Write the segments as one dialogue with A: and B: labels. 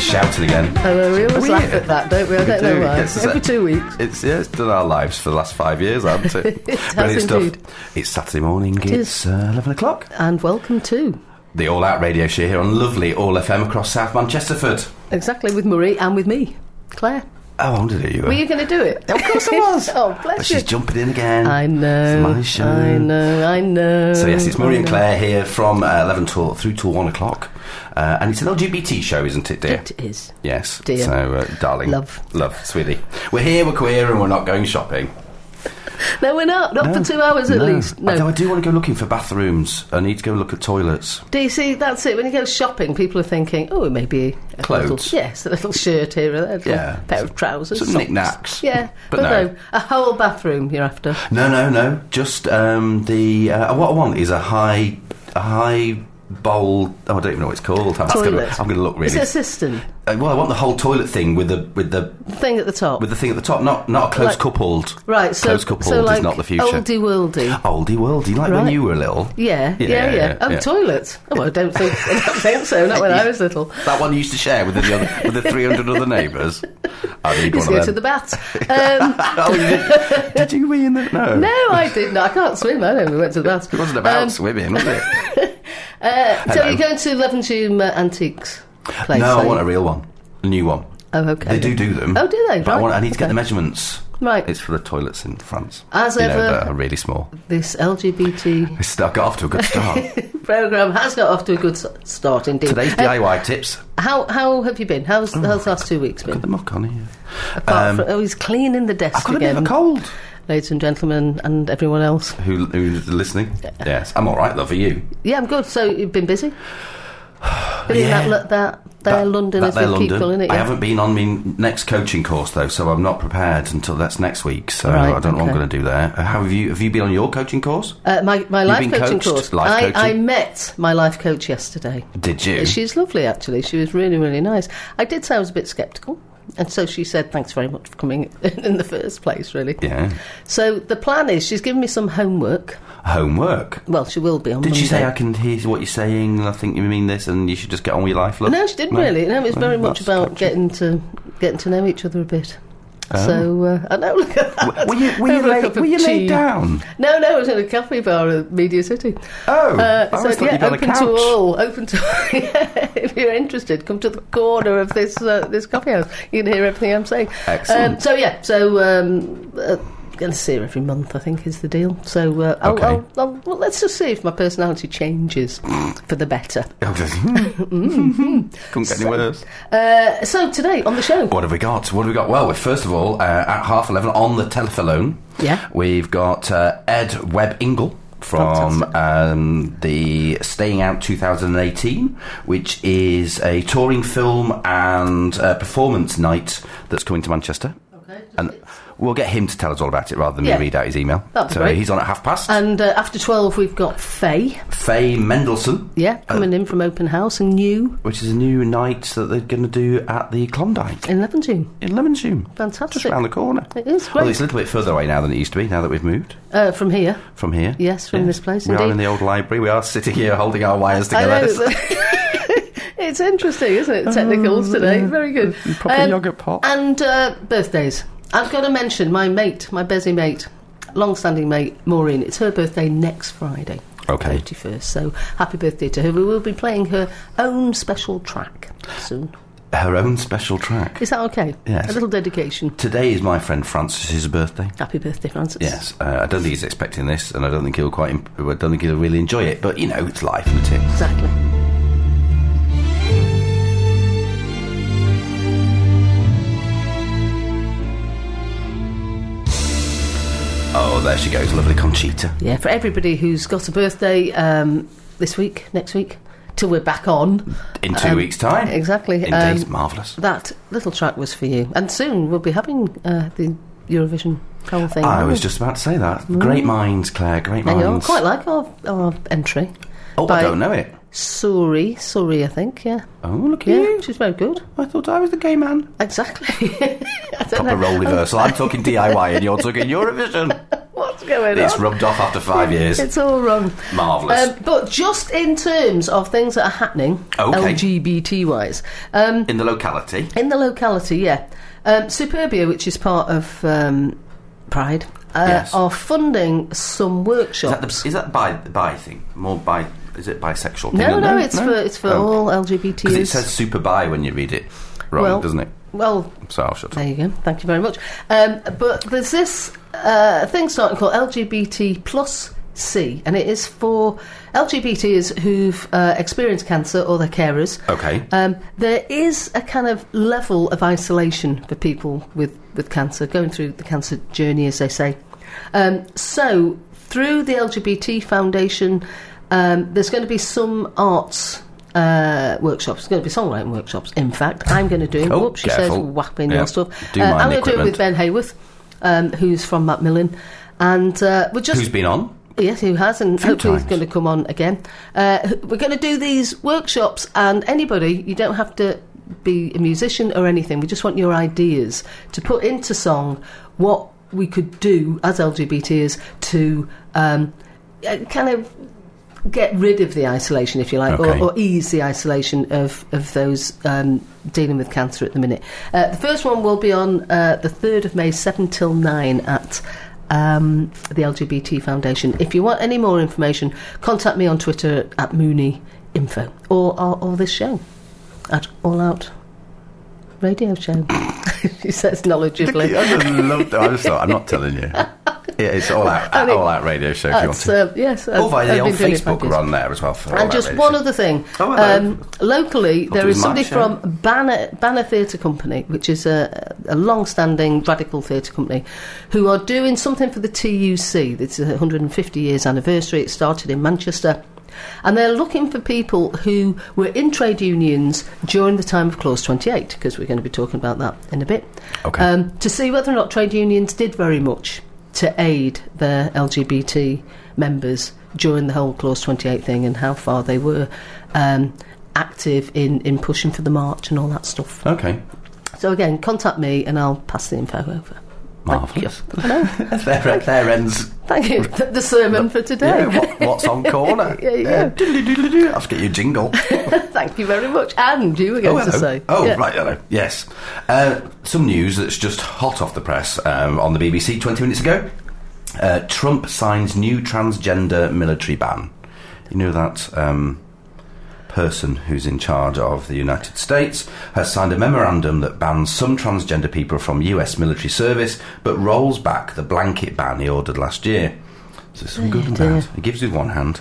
A: shouting again.
B: Although Oh, we always
A: Weird.
B: laugh at that, don't we? I
A: We
B: don't
A: do.
B: know why.
A: It's-
B: Every two weeks.
A: It's, yeah, it's done our lives for the last five years, hasn't it?
B: It has
A: Brilliant
B: indeed.
A: stuff. It's Saturday morning. it's
B: is.
A: uh, 11 o'clock.
B: And welcome to.
A: The All Out Radio Show here on lovely All FM across South Manchesterford.
B: Exactly, with Marie and with me, Claire.
A: Oh, I wondered who you were.
B: Were you going to do it?
A: Of course I was.
B: oh, bless
A: But
B: you.
A: she's jumping in again.
B: I know.
A: It's my show.
B: I know, I know.
A: So yes, it's Murray and
B: I know.
A: Claire here from uh, eleven till through till one o'clock, uh, and it's an LGBT show, isn't it, dear?
B: It is.
A: yes,
B: dear.
A: So, uh, darling,
B: Love.
A: love, sweetie, we're here, we're queer, and we're not going shopping.
B: No, we're not. Not
A: No.
B: for two hours at
A: Oh, No.
B: least. No.
A: Although I do want to go looking for bathrooms. I need to go look at toilets.
B: Do you see? That's it. When you go shopping, people are thinking, "Oh, maybe a
A: Clothes.
B: Little, yes, a little shirt here, a little
A: Yeah.
B: pair of trousers,
A: Some
B: socks.
A: knickknacks.
B: Yeah,
A: But no.
B: a whole bathroom you're after.
A: No, no, no. Just um, the uh, what I want is a high, a high bowl. Oh, I don't even know what it's called. I'm
B: Toilet.
A: going to look
B: Is
A: really.
B: it a cistern
A: Uh, well, I want the whole toilet thing with the with the
B: thing at the top?
A: with the thing at the top. Not not a close
B: Like-
A: coupled.
B: right. So,
A: close coupled
B: so like
A: is not the future.
B: Oldie worldy.
A: Oldie worldy, like when
B: Right.
A: you were little.
B: Yeah, yeah, yeah. Oh, toilets. Oh, I don't think. I don't think so. Not when I was little.
A: That one you used to share with the other, with the three hundred other neighbours. I need
B: Just
A: one
B: go
A: of
B: to
A: them.
B: the baths. Um,
A: oh, you did, did you wee in the no?
B: no, I did not. I can't swim. I never went to the baths.
A: It wasn't about
B: Um,
A: swimming, was it?
B: uh, so
A: Hello.
B: you're going to Leventum uh, Antiques place?
A: no,
B: are
A: I
B: you?
A: want a real one, a new one.
B: Oh, okay.
A: They do do them.
B: Oh, do they?
A: But I,
B: Right.
A: want, I need to get
B: Okay.
A: the measurements.
B: Right.
A: It's for the toilets in France.
B: As
A: you know,
B: ever-
A: that are really small.
B: This LGBT
A: I got off to a good start.
B: program has got off to a good s- start indeed.
A: Today's
B: Uh,
A: DIY tips.
B: how how have you been? How's how's the last two weeks
A: Put
B: been?
A: the muck on here.
B: Apart
A: um,
B: from, oh, he's cleaning the desk
A: I've got a bit
B: again,
A: of a cold.
B: ladies and gentlemen, and everyone else.
A: Who, who's listening? Yes, I'm all right. Love for you.
B: Yeah, I'm good. So you've been busy. Been
A: Yeah.
B: in that, that there Uh, London
A: that
B: as
A: there
B: we keep
A: London.
B: calling it.
A: I
B: yeah.
A: haven't been on my next coaching course though, so I'm not prepared until that's next week. So
B: Right,
A: I don't know what I'm
B: okay.
A: going to do there. Uh, How have you? Have you been on your coaching course?
B: Uh, my my life
A: been
B: coaching
A: coached?
B: course.
A: Life
B: I,
A: coaching?
B: I met my life coach yesterday.
A: Did you?
B: She's lovely, actually. She was really, really nice. I did say I was a bit sceptical, and so she said, "Thanks very much for coming in the first place." Really.
A: yeah.
B: So the plan is she's given me some homework.
A: Homework.
B: Well, she will be on.
A: Did
B: Monday.
A: she say I can hear what you're saying? and I think you mean this, and you should just get on with your life. Look.
B: No, she didn't really. No, it was
A: Well,
B: very much
A: that's
B: about
A: coaching.
B: getting to getting to know each other a bit.
A: Oh.
B: So uh, I know. Look at that.
A: Were you, were you,
B: Over a
A: laid,
B: cup of
A: were you laid
B: tea.
A: down?
B: No, no, it was in a coffee bar at Media City.
A: Oh,
B: Uh,
A: I
B: so
A: always thought
B: yeah,
A: you'd be on a
B: open
A: couch.
B: to all. Open to yeah, if you're interested, come to the corner of this uh, this coffee house. You can hear everything I'm saying.
A: Excellent.
B: Um, so yeah, so um, uh, going to see her every month. I think is the deal. So uh, I'll,
A: Okay.
B: I'll, I'll, well, let's just see if my personality changes for the better.
A: Couldn't
B: Mm-hmm.
A: get any worse.
B: Uh, so today on the show,
A: What have we got? What have we got? Well, we're- first of all, uh, at half eleven on the telephone,
B: Yeah.
A: we've got uh, Ed Webb Ingle from
B: Fantastic.
A: um, the Staying Out 2018, which is a touring film and uh, performance night that's coming to Manchester.
B: Okay.
A: And we'll get him to tell us all about it rather than
B: Yeah.
A: me read out his email.
B: That'd be
A: so
B: great.
A: he's on at half past.
B: and uh, after twelve we've got Faye.
A: Faye Mendelssohn,
B: Yeah, coming
A: Oh.
B: in from Open House and new
A: which is a new night that they're going to do at the Klondike
B: in Levantine.
A: in Levenshulme. Just
B: Fantastic.
A: round the corner.
B: It is
A: Well,
B: great.
A: it's a little bit further away now than it used to be, now that we've moved
B: Uh, from here.
A: from here.
B: Yes, from this place,
A: We are
B: indeed.
A: in the old library. We are sitting here holding our wires
B: I
A: together.
B: know. It's, it's interesting, isn't it?
A: Um,
B: Technicals today. Very good. Um,
A: proper yoghurt pot.
B: And uh, birthdays. I've got to mention my mate, my Bezzy mate, long-standing mate, Maureen. It's her birthday next Friday.
A: Okay.
B: 31st. So happy birthday to her. We will be playing her own special track soon.
A: Her own special track.
B: Is that okay?
A: Yes.
B: A little dedication.
A: Today is my friend Francis's birthday.
B: Happy birthday, Francis.
A: Yes, uh, I don't think he's expecting this, and I don't think he'll quite. Imp- I don't think he'll really enjoy it. But you know, it's life, isn't it?
B: Exactly.
A: Oh, there she goes, lovely Conchita.
B: Yeah, for everybody who's got a birthday um, this week, next week, till we're back on.
A: In two
B: Um,
A: weeks' time,
B: Exactly.
A: Indeed,
B: Um,
A: marvellous.
B: That little track was for you, and soon we'll be having uh, the Eurovision whole thing.
A: I
B: won't
A: was
B: we?
A: just about to say that. Great minds, Claire. Great
B: Hang on,
A: minds.
B: Mm. quite like our, our entry.
A: oh,
B: by
A: I don't know it.
B: Suri, Suri, I think. Yeah,
A: Oh, look at
B: yeah,
A: you.
B: she's very good.
A: I thought I was the gay man.
B: Exactly. I don't
A: Proper
B: know.
A: role reversal. I'm talking DIY and you're talking Eurovision.
B: What's going
A: It's
B: on?
A: rubbed off after five years.
B: It's all wrong.
A: Marvellous.
B: Um, but just in terms of things that are happening,
A: Okay.
B: LGBT wise, um,
A: in the locality.
B: in the locality, yeah, um, Superbia, which is part of um, Pride, uh,
A: Yes.
B: are funding some
A: Is
B: workshops.
A: that, the, is that bi, bi thing? More bi. Is it bisexual? thing?
B: no, no, it's for it's for
A: Oh.
B: all LGBTs.
A: Because it says super bi when you read it wrong,
B: Well-
A: doesn't it?
B: well,
A: So I'll shut up.
B: There you go. Thank you very much. Um, but there's this uh, thing starting called LGBT plus C, and it is for LGBTs who've uh, experienced cancer or their carers.
A: Okay.
B: Um, there is a kind of level of isolation for people with, with cancer, going through the cancer journey, as they say. Um, so, through the LGBT Foundation, um, there's going to be some arts uh, workshops. There's going to be songwriting workshops, in fact. I'm going to do it.
A: Oh,
B: Whoops, she says,
A: careful.
B: whapping
A: Yeah.
B: your stuff.
A: Do
B: uh,
A: mind
B: I'm
A: the
B: going to do it with
A: equipment.
B: Ben Hayworth, um, who's from Macmillan. And uh, we're just
A: Who's been on?
B: Yes, who has, and
A: Few
B: hopefully he's
A: times.
B: going to come on again. Uh, h- we're going to do these workshops, and anybody, you don't have to be a musician or anything. We just want your ideas to put into song what we could do as LGBTs to um, uh, kind of get rid of the isolation, if you like,
A: Okay.
B: or, or ease the isolation of, of those um, dealing with cancer at the minute. Uh, the first one will be on uh, the 3rd of May, 7 till 9 at um, the LGBT Foundation. If you want any more information, contact me on Twitter at Mooney Info or, or, or this show at All Out Radio Show. she says knowledgeably.
A: just love that. I just thought, I'm not telling you. it's all out,
B: I mean, all
A: out radio show if
B: That's, uh, yes,
A: Or via Oh, the
B: been
A: old
B: doing it
A: Facebook
B: five years.
A: run there as well. For All
B: And
A: Out
B: just
A: Radio
B: one
A: Show.
B: other thing. um,
A: Oh, hello.
B: locally, there
A: do
B: is
A: the
B: somebody
A: mic, shall
B: from Banner, Banner Theatre Company, which is a, a long standing radical theatre company, who are doing something for the TUC. It's a 150 years anniversary. It started in Manchester. And they're looking for people who were in trade unions during the time of Clause 28, because we're going to be talking about that in a bit
A: Okay.
B: um, to see whether or not trade unions did very much to aid their LGBT members during the whole Clause 28 thing and how far they were um, active in, in pushing for the march and all that stuff.
A: Okay.
B: So, again, contact me and I'll pass the info over.
A: Marvellous. there, there ends
B: Thank you. The, the sermon for today.
A: yeah, uh, what, what's on corner.
B: Yeah, yeah.
A: Diddly-diddly-diddly. I'll just get you a jingle.
B: Thank you very much. And you were
A: Oh,
B: going to
A: hello.
B: say.
A: Oh,
B: Yeah.
A: right, hello. Yes. Uh, some news that's just hot off the press um, on the BBC 20 minutes ago. Uh, Trump signs new transgender military ban. You know that um, person who's in charge of the United States has signed a memorandum that bans some transgender people from US military service but rolls back the blanket ban he ordered last year. So some good and
B: dear.
A: bad. It gives with one hand.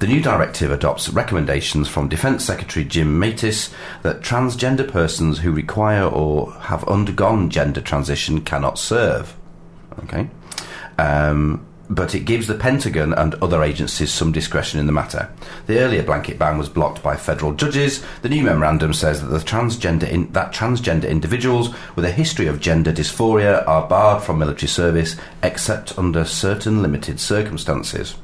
A: The new directive adopts recommendations from Defence Secretary Jim Mattis that transgender persons who require or have undergone gender transition cannot serve. Okay. Um, but it gives the Pentagon and other agencies some discretion in the matter. The earlier blanket ban was blocked by federal judges. The new memorandum says that the transgender in, that transgender individuals with a history of gender dysphoria are barred from military service except under certain limited circumstances.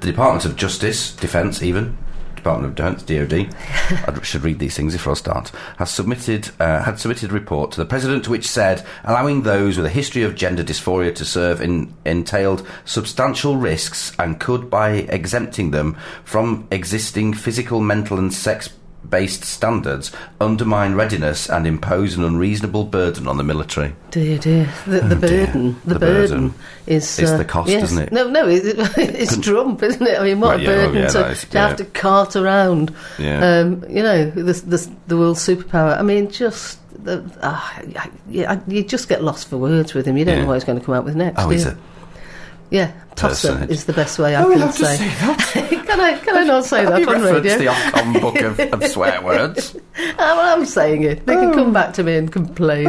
A: The Department of Justice, Defence, even Department of Defence (DoD), I should read these things before I start. Has submitted uh, had submitted a report to the president, which said allowing those with a history of gender dysphoria to serve in, entailed substantial risks and could, by exempting them from existing physical, mental, and sex. Based standards undermine readiness and impose an unreasonable burden on the military.
B: Dear, dear. The, the
A: Oh, dear.
B: burden. The,
A: The
B: burden,
A: burden.
B: is.
A: It's
B: uh,
A: the cost,
B: yes.
A: isn't it?
B: No, no, it, it's Trump, isn't it? I mean,
A: Well,
B: what a
A: yeah, well,
B: burden
A: yeah,
B: to,
A: that is-
B: to
A: yeah.
B: have to cart around,
A: Yeah.
B: um, you know, the, the, the world's superpower. I mean, just. The, ah, I- yeah, I- you just get lost for words with him. You don't
A: Yeah.
B: know what he's going to come out with next.
A: Oh,
B: do
A: is
B: you?
A: it?
B: Yeah, tosser
A: Personage.
B: is the best way I
A: Oh,
B: can
A: we'll have to
B: say.
A: say that.
B: can I? Can I not say
A: Have
B: that
A: you
B: on radio?
A: referenced the Ofcom book of, of swear words?
B: Oh, well, I'm saying it. They can come back to me and complain.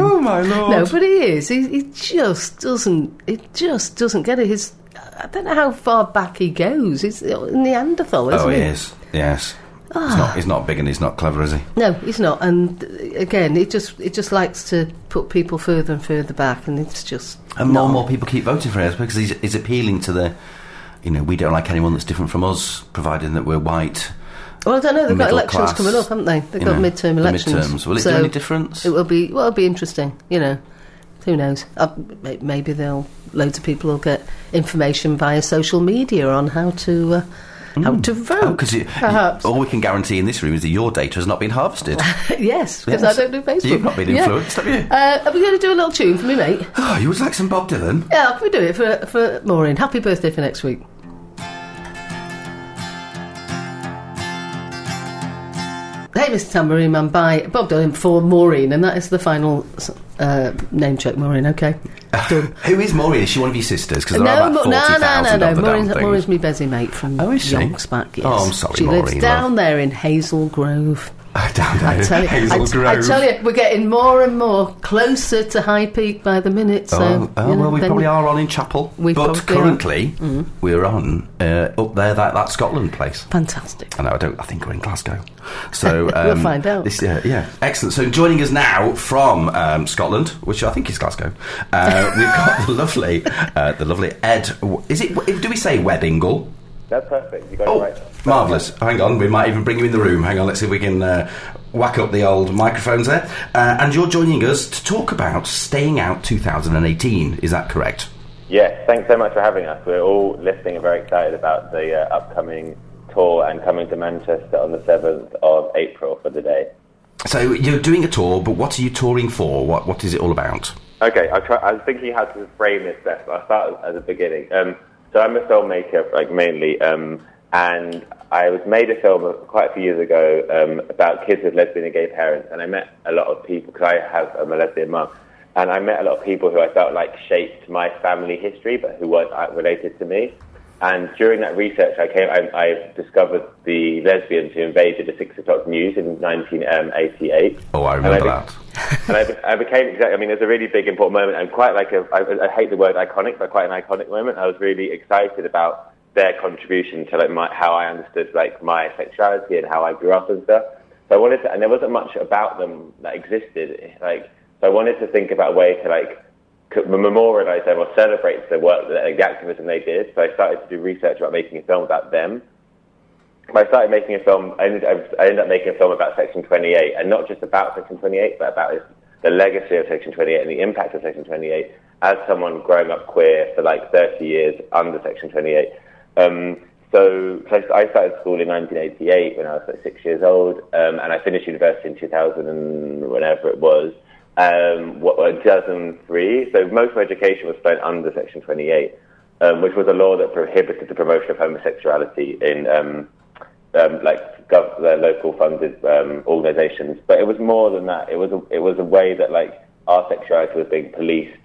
A: Oh, my lord.
B: No, but he is. He, he just doesn't. It just doesn't get it. His. I don't know how far back he goes. He's Neanderthal, isn't
A: Oh,
B: he?
A: he is. Yes. He's, not, he's not big and he's not clever, is he?
B: No, he's not. And uh, again, it just it just likes to put people further and further back, and it's just
A: And more
B: not-
A: and more people keep voting for him because he's, he's appealing to the, you know, we don't like anyone that's different from us, providing that we're white.
B: Well, I don't know. They've got
A: middle
B: elections
A: class,
B: coming up, haven't they? They've
A: you
B: got
A: know,
B: midterm
A: the
B: elections.
A: midterms. Will it do
B: So
A: any difference?
B: It will be. Well, it'll be interesting. You know, Who knows? Uh, may- maybe they'll loads of people will get information via social media on how to uh, how
A: Hmm.
B: to vote.
A: because
B: perhaps
A: all we can guarantee in this room is that your data has not been harvested.
B: yes, because
A: Yes.
B: I don't do Facebook.
A: You've not been
B: Yeah.
A: influenced, have you?
B: Uh, are we going to do a little tune for me, mate?
A: Oh, you would like some Bob Dylan?
B: Yeah, can we do it for for Maureen? Happy birthday for next week. Hey, Mr. Tambourine Man by Bob Dylan for Maureen, and that is the final uh, name check, Maureen, okay? Done.
A: Who is Maureen? Is she one of your sisters? Because there are
B: Mau-
A: about forty thousand of the damn
B: Maureen's,
A: things.
B: Maureen's my busy mate from
A: Oh, is she?
B: Yonks back, yes.
A: Oh, I'm sorry,
B: She
A: Maureen,
B: lives
A: love.
B: down there in Hazel Grove.
A: Down there,
B: I tell you,
A: Hazel
B: I, t- I
A: Grove.
B: tell you, we're getting more and more closer to High Peak by the minute. So,
A: oh, oh,
B: you know,
A: well, we
B: then-
A: probably are on in Chapel,
B: We
A: but
B: probably mm-hmm. are.
A: currently we're on uh, up there that, that Scotland place.
B: Fantastic.
A: I know. I don't. I think we're in Glasgow. So um,
B: We'll find out.
A: This, yeah, yeah. Excellent. So joining us now from um, Scotland, which I think is Glasgow, uh, we've got the lovely, uh, the lovely Ed. Is it? Do we say Weddingle?
C: That's perfect. You got
A: Oh,
C: it right.
A: marvellous. Hang on, we might even bring you in the room. Hang on, let's see if we can uh, whack up the old microphones there. Uh, and you're joining us to talk about Staying Out 2018, is that correct?
C: Yes, thanks so much for having us. We're all listening and very excited about the uh, upcoming tour and coming to Manchester on the 7th of April for the day.
A: So you're doing a tour, but what are you touring for? What What is it all about?
C: Okay, I'll try, I was thinking how to frame this best. I'll start at the beginning. Um, so I'm a filmmaker, like mainly, um, and I was made a film quite a few years ago um, about kids with lesbian and gay parents, and I met a lot of people because I have um, a lesbian mum, and I met a lot of people who I felt like shaped my family history, but who weren't uh, related to me. And during that research, I came, I, I discovered the lesbians who invaded the six o'clock news in um, 1988.
A: Oh, I
C: And
A: remember
C: be-
A: that.
C: and I, be- I became exactly. I mean, it was a really big, important moment, and quite like a. I, I hate the word iconic, but quite an iconic moment. I was really excited about their contribution to like my, how I understood like my sexuality and how I grew up and stuff. So I wanted, to, and there wasn't much about them that existed. Like, so I wanted to think about a way to like c- memorialize them or celebrate the work, that- the activism they did. So I started to do research about making a film about them. I started making a film. I ended, I ended up making a film about Section 28, and not just about Section 28, but about the legacy of Section 28 and the impact of Section 28 as someone growing up queer for like 30 years under Section 28. Um, so, so I started school in 1988 when I was like six years old, um, and I finished university in 2000 and whenever it was, um, what, well, 2003. So most of my education was spent under Section 28, um, which was a law that prohibited the promotion of homosexuality in um, um, like gov- the local funded um, organisations. But it was more than that. It was a, it was a way that like our sexuality was being policed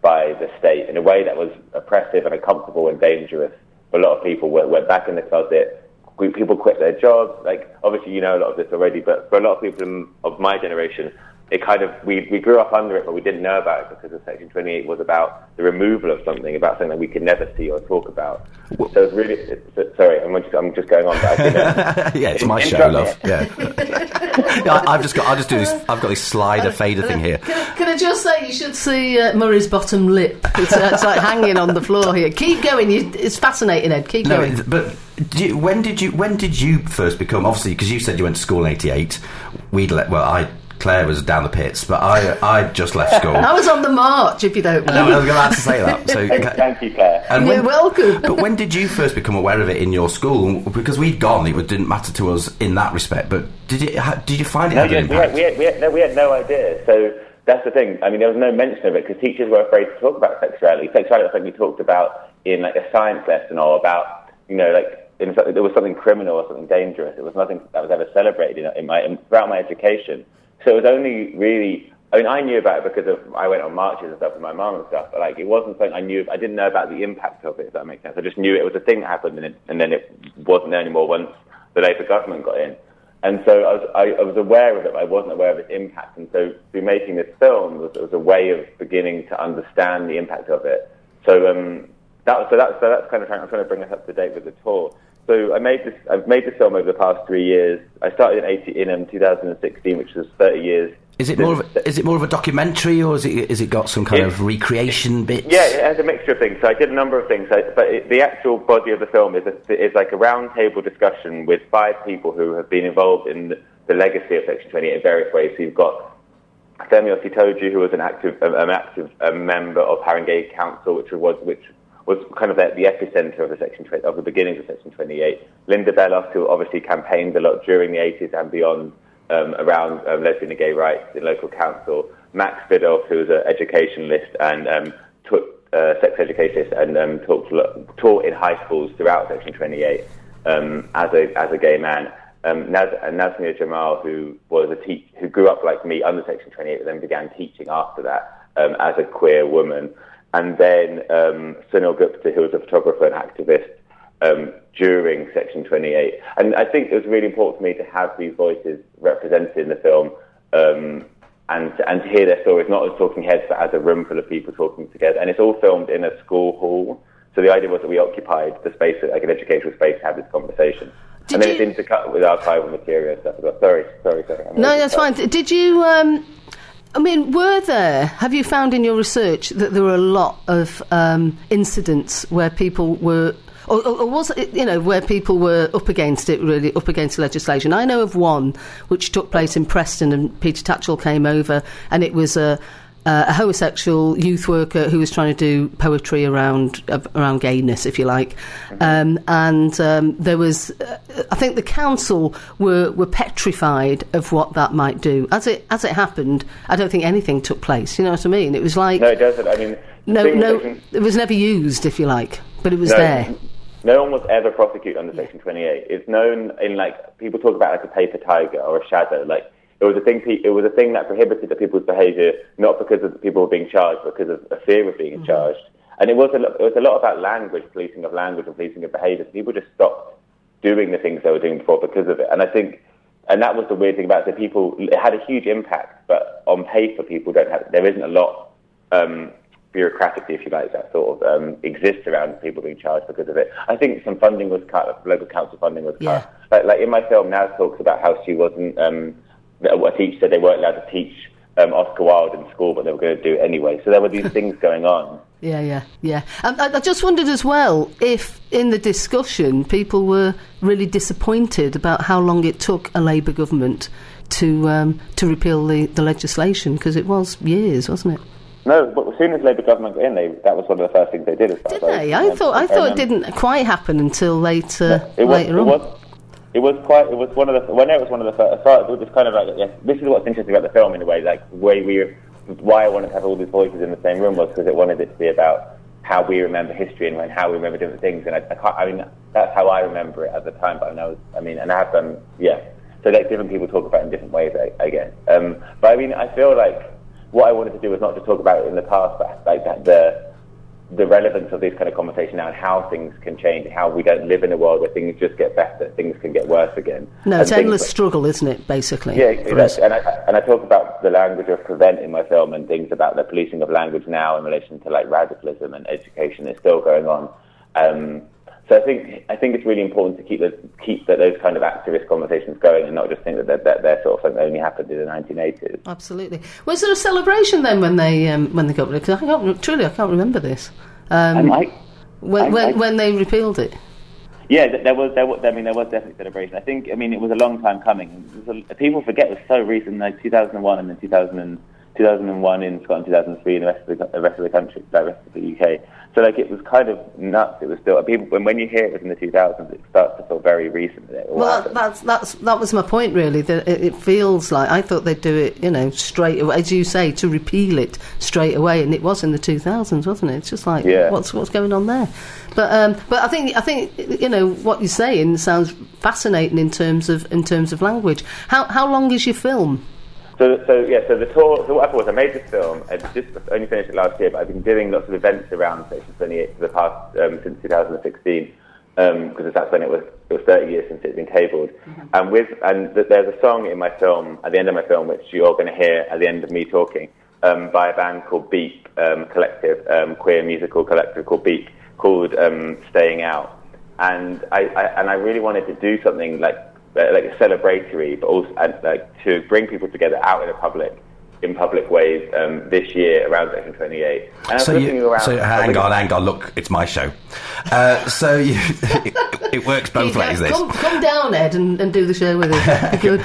C: by the state in a way that was oppressive and uncomfortable and dangerous. A lot of people went, went back in the closet. We- People quit their jobs. Like obviously you know a lot of this already, but for a lot of people in, of my generation. It kind of we, we grew up under it, but we didn't know about it because of Section 28 was about the removal of something, about something that we could never see or talk about. So it's really it's, sorry, I'm just I'm just going on. But I think that-
A: yeah, it's my show,
C: Interrupt me.
A: love. Yeah, Yeah, I- I've just got. I'll just do this. I've got this slider fader thing here.
B: Can I, can I just say you should see uh, Murray's bottom lip? It's, uh, it's like hanging on the floor here. Keep going. You, it's fascinating, Ed. Keep
A: No,
B: going.
A: it- but do you, when did you when did you first become obviously because you said you went to school in '88. We'd let well, I Claire was down the pits, but I I just left school.
B: I
A: no,
B: was on the march, if you don't
A: I
B: mind.
A: was allowed to say that. So,
C: Thank you, Claire.
A: and
B: You're welcome.
A: But when did you first become aware of it in your school? Because we'd gone, it didn't matter to us in that respect. But did it? ha- Did you find it
C: No,
A: had an
C: yes, we, had,
A: impact?
C: we, had, we, had, no, we had no idea. So that's the thing. I mean, there was no mention of it because teachers were afraid to talk about sexuality. Sexuality was something we talked about in like a science lesson or about, you know, like in, fact, there was something criminal or something dangerous. It was nothing that was ever celebrated in, in my, in, throughout my education. So it was only really, I mean, I knew about it because of, I went on marches and stuff with my mum and stuff, but like it wasn't something I knew, I didn't know about the impact of it, if that makes sense. I just knew it was a thing that happened and, it, and then it wasn't there anymore once the Labour government got in. And so I was, I, I was aware of it, but I wasn't aware of its impact. And so through making this film was, was a way of beginning to understand the impact of it. So um, that was, so that's so that's kind of trying, I'm trying to bring us up to date with the tour. So I made this I've made this film over the past three years. I started in 80, in um, 2016, which was 30 years.
A: Is it more of a, is it more of a documentary or is it is it got some kind of recreation bits?
C: Yeah, it has a mixture of things. So I did a number of things, I, but it, the actual body of the film is a, is like a roundtable discussion with five people who have been involved in the legacy of Section 28 in various ways. So you've got Femi Ositoju, who was an active, um, an active um, member of Haringey Council, which was which was kind of at the epicenter of the section 20, of the beginnings of section 28. Linda Belloff, who obviously campaigned a lot during the 80s and beyond um, around um, lesbian and gay rights in local council. Max Vidolf, who was an educationalist and um, took uh, sex educationist and um, taught, taught in high schools throughout Section 28 um, as a as a gay man. Um, Naz, and Nazmir Jamal, who was a teach, who grew up like me under Section 28, but then began teaching after that um, as a queer woman. And then um, Sunil Gupta, who was a photographer and activist um, during Section 28. And I think it was really important for me to have these voices represented in the film um, and and to hear their stories, not as talking heads, but as a room full of people talking together. And it's all filmed in a school hall. So the idea was that we occupied the space, like an educational space, to have this conversation.
B: Did
C: and then
B: you-
C: it's intercut with archival material and stuff as well. Sorry, sorry, sorry. I'm
B: No,
C: over-
B: that's
C: sorry.
B: fine. Did you? Um, I mean, were there? Have you found in your research that there were a lot of um, incidents where people were? Or, or or was it, you know, where people were up against it, really up against the legislation? I know of one which took place in Preston, and Peter Tatchell came over, and it was a, Uh, a homosexual youth worker who was trying to do poetry around uh, around gayness, if you like. Um, and um, there was, uh, I think, the council were were petrified of what that might do. As it as it happened, I don't think anything took place. You know what I mean? It was like
C: No, it doesn't. I mean, the
B: no,
C: thing with
B: no,
C: Section-
B: it was never used, if you like, but it was
C: no,
B: there.
C: No one was ever prosecuted under Section 28. It's known in like people talk about like a paper tiger or a shadow. Like it was a thing. pe- It was a thing that prohibited the people's behaviour, not because of the people were being charged, but because of a fear of
B: Mm-hmm.
C: being charged. And it was a lot, it was a lot about language, policing of language, and policing of behaviours. People just stopped doing the things they were doing before because of it. And I think, and that was the weird thing about it. The people it had a huge impact, but on paper, people don't have. There isn't a lot um, bureaucratically, if you like, that sort of um, exists around people being charged because of it. I think some funding was cut, local council funding was cut.
B: Yeah.
C: Like, like in my film, Naz talks about how she wasn't. Um, that a teacher said they weren't allowed to teach um, Oscar Wilde in school, but they were going to do it anyway. So there were these things going on.
B: Yeah, yeah, yeah. And I, I just wondered as well if, in the discussion, people were really disappointed about how long it took a Labour government to um, to repeal the, the legislation because it was years, wasn't it?
C: No, but as soon as Labour government got in, they, that was one of the first things they did. As far
B: Did
C: as
B: they? I
C: remember.
B: thought I thought it
C: Um,
B: didn't quite happen until later
C: It was,
B: later
C: it
B: on.
C: was, it was quite. It was one of the. When it was one of the first. It was just kind of like. Yeah, this is what's interesting about the film in a way. Like the way we, why I wanted to have all these voices in the same room was because it wanted it to be about how we remember history and when- how we remember different things. And I, I can't. I mean, that's how I remember it at the time. But I know. I mean, and I have done. Yeah. So like different people talk about it in different ways. I, I guess. Um, but I mean, I feel like what I wanted to do was not just talk about it in the past, but like that the the relevance of these kind of conversation now and how things can change, how we don't live in a world where things just get better, things can get worse again.
B: no,
C: And
B: it's
C: things
B: endless
C: like-
B: struggle, isn't it? Basically,
C: yeah,
B: for us.
C: exactly. And I, and I talk about the language of prevent in my film and things about the policing of language now in relation to like radicalism and education is still going on. Um, so I think I think it's really important to keep those keep that those kind of activist conversations going and not just think that they're, that they're sort of something that only happened in the 1980s.
B: Absolutely. Was there a celebration then when they um, when they got rid? Because I can't, truly I can't remember this.
C: And
B: Um,
C: I,
B: when
C: I-
B: when,
C: I-
B: when they repealed it.
C: Yeah, th- there was there was, I mean there was definitely celebration. I think I mean it was a long time coming. It was a, people forget it was so recent, like 2001 and then 2000 and, 2001 in Scotland, 2003 in the rest of the, co- the rest of the country, the rest of the UK. So like it was kind of nuts. It was still people when when you hear it was in the 2000s, it starts to feel very recent. that it all
B: Well, that,
C: happened.
B: that's that's that was my point really. That it, it feels like I thought they'd do it, you know, straight away, as you say, to repeal it straight away, and it was in the two thousands, wasn't it? It's just like,
C: Yeah.
B: what's what's going on there? But um, but I think I think you know what you're saying sounds fascinating in terms of in terms of language. How how long is your film?
C: So, so yeah, so the tour, so what happened was I made this film, I just only finished it last year, but I've been doing lots of events around Section 28 for the past, um, since 2016, because um, that's when it was, it was 30 years since it's been tabled. And with, and th- there's a song in my film, at the end of my film, which you're going to hear at the end of me talking, um, by a band called Beep um, Collective, um, queer musical collective called Beep, called um, Staying Out and I, I and I really wanted to do something like uh, like celebratory, but also and, like to bring people together out in the public, in public ways um, this year around Section 28. And I was
A: So,
C: looking
A: you,
C: around.
A: so hang on, hang on. Look, it's my show. Uh, so you, it, it works both
B: Here
A: ways.
B: you go.
A: This.
B: come, come down, Ed, and, and do the show with us. Good.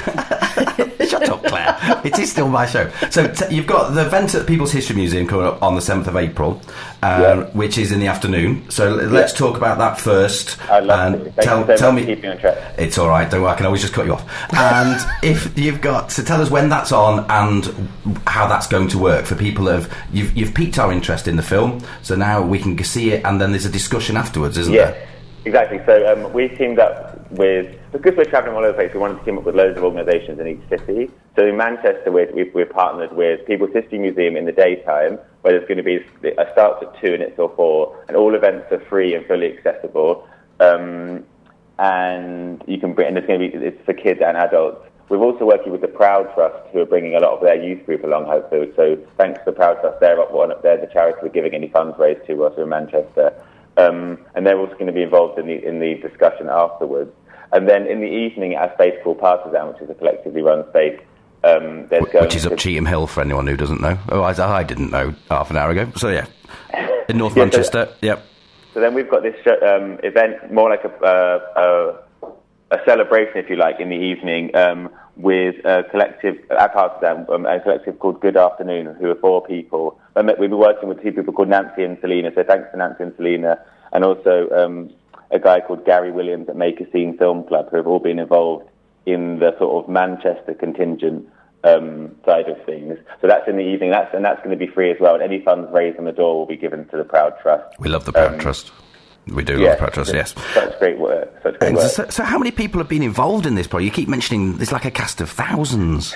A: Shut up, Claire. It is still my show. So t- you've got the event at People's History Museum coming up on the 7th of April, um,
C: Yeah.
A: which is in the afternoon. So l- let's talk about that first.
C: I'd love
A: and
C: to. Thank
A: um, tell,
C: you so
A: tell
C: much
A: me.
C: for keeping on track.
A: It's all right. Don't worry. I can always just cut you off. And if you've got, so tell us when that's on and how that's going to work for people that have you've, you've piqued our interest in the film. So now we can g- see it, and then there's a discussion afterwards, isn't
C: Yeah,
A: there?
C: exactly. So um, we teamed up with, because we're travelling all over the place, we wanted to team up with loads of organisations in each city. So in Manchester, we're, we've, we're partnered with People's History Museum in the daytime, where there's going to be a start at 2 and it's till 4, and all events are free and fully accessible. Um, and you can bring, and it's going to be, it's for kids and adults. We're also working with the Proud Trust, who are bringing a lot of their youth group along, hopefully. So thanks to the Proud Trust, they're, up, one, they're the charity we're giving any funds raised to us in Manchester. Um, and they're also going to be involved in the, in the discussion afterwards. And then in the evening, at a space called Partisan, which is a collectively run space, um, there's going
A: Which is
C: to
A: up Cheetham Hill for anyone who doesn't know. Oh, I, I didn't know half an hour ago. So yeah, in North
C: Yeah, so-
A: Manchester. Yep.
C: So then we've got this um, event, more like a, uh, a, a celebration, if you like, in the evening um, with a collective, at Partisan, um, a collective called Good Afternoon, who are four people. And that we've been working with two people called Nancy and Selena, so thanks to Nancy and Selena, and also um, a guy called Gary Williams at Make a Scene Film Club, who have all been involved in the sort of Manchester contingent um, side of things. So that's in the evening, that's, and that's going to be free as well. And any funds raised on the door will be given to the Proud Trust.
A: We love the Proud
C: Um,
A: Trust. We do
C: Yeah,
A: love the Proud Trust. Yes.
C: Such great work. Such great
A: And
C: work.
A: so, so, how many people have been involved in this project? You keep mentioning it's like a cast of thousands.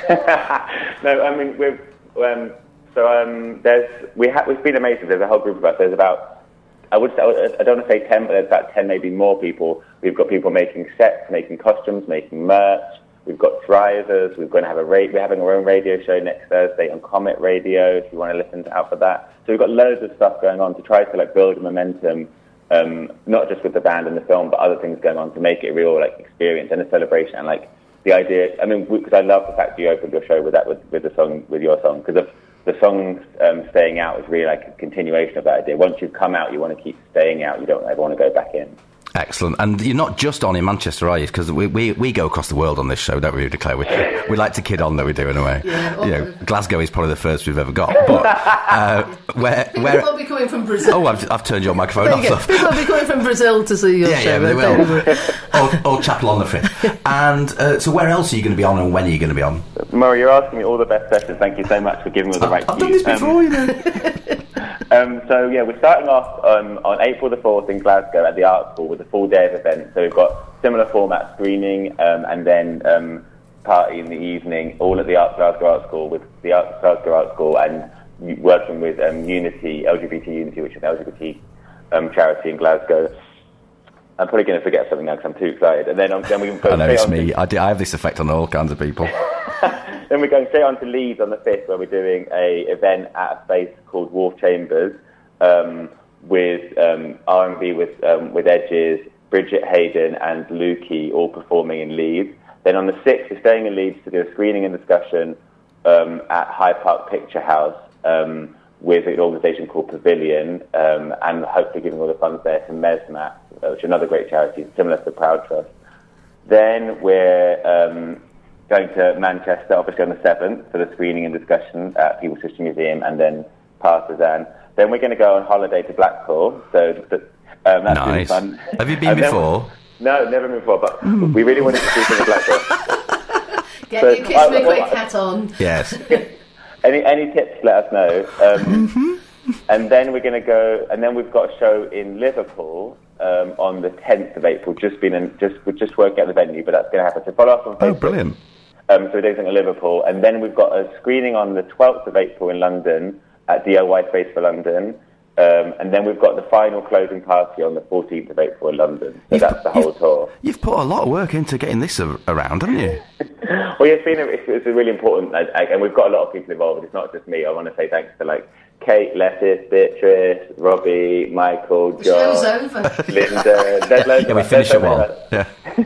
C: no, I mean we're um, so um, there's we ha- we've been amazing. There's a whole group of us. There's about I would say, I don't want to say ten, but there's about ten, maybe more people. We've got people making sets, making costumes, making merch. We've got thrivers. We're going to have a ra- we're having our own radio show next Thursday on Comet Radio. If you want to listen out for that. So we've got loads of stuff going on to try to like build momentum. Um, not just with the band and the film, but other things going on to make it a real like experience and a celebration. And like the idea. I mean, because I love the fact you opened your show with that, with, with the song, with your song, because the song um, staying out is really like a continuation of that idea. Once you've come out, you want to keep staying out. You don't ever want to go back in.
A: Excellent. And you're not just on in Manchester, are you? Because we, we, we go across the world on this show, don't we, Declare? We, we like to kid on that we do, in a way.
B: Yeah.
A: you know, Glasgow is probably the first we've ever got. But uh, where.
B: People
A: where
B: will be coming from Brazil.
A: Oh, I've, I've turned your microphone
B: There
A: off.
B: you go.
A: love.
B: People will be coming from Brazil to see your
A: Yeah,
B: show.
A: yeah, they
B: then, don't you
A: will.
B: worry.
A: or, or Chapel on the Fifth. And uh, so, where else are you going to be on, and when are you going to be on?
C: Murray, you're asking me all the best questions. Thank you so much for giving me the right.
A: I've done
C: cues.
A: this
C: Um,
A: before, you know.
C: Um, so yeah, we're starting off um, on April the 4th in Glasgow at the Art School with a full day of events. So we've got similar format screening um, and then um, party in the evening, all at the Art Glasgow Art School with the Art Glasgow Art School and u- working with um, Unity, LGBT Unity, which is an LGBT um, charity in Glasgow. I'm probably going to forget something now 'cause I'm too excited. And then, on, then we go
A: I know
C: straight
A: it's
C: on to-
A: me. I, do, I have this effect on all kinds of people.
C: then we're going straight on to Leeds on the 5th, where we're doing a event at a space called Wharf Chambers um, with um, R&B with, um, with Edges, Bridget Hayden and Lukey all performing in Leeds. Then on the 6th, we're staying in Leeds to do a screening and discussion um, at Hyde Park Picture House um, with an organisation called Pavilion um, and hopefully giving all the funds there to Mesmat, uh, which is another great charity similar to the Proud Trust. Then we're um, going to Manchester, obviously on the 7th, for the screening and discussion at People's History Museum and then Partisan. Then we're going to go on holiday to Blackpool. So th- um, that's really
A: Nice.
C: fun.
A: Have you been
C: And then-
A: before?
C: No, never been before, but we really wanted to do something like that.
B: Get
C: So-
B: your kiss me
C: I- I-
B: quick hat on.
A: Yes.
C: Any, any tips, let us know. Um,
A: Mm-hmm.
C: And then we're going to go, and then we've got a show in Liverpool um, on the 10th of April. Just been, in, just we just won't get the venue, but that's going to happen. So follow us on Facebook.
A: Oh, brilliant.
C: Um, so we're doing something in Liverpool, and then we've got a screening on the 12th of April in London at DIY Space for London, um, and then we've got the final closing party on the 14th of April in London. So
A: You've
C: that's
A: put-
C: the whole
A: you've-
C: tour.
A: You've put a lot of work into getting this a- around, haven't you?
C: Well, yeah, it's been a, it's, it's a really important, like, like, and we've got a lot of people involved. It's not just me. I want to say thanks to like Kate, Lettuce, Beatrice, Robbie, Michael,
B: The show's
C: John,
B: over.
C: Linda. There's loads
A: Yeah,
C: of
A: we
C: us.
A: finish
C: There's
A: it
C: loads of
A: well.
C: us.
A: Yeah.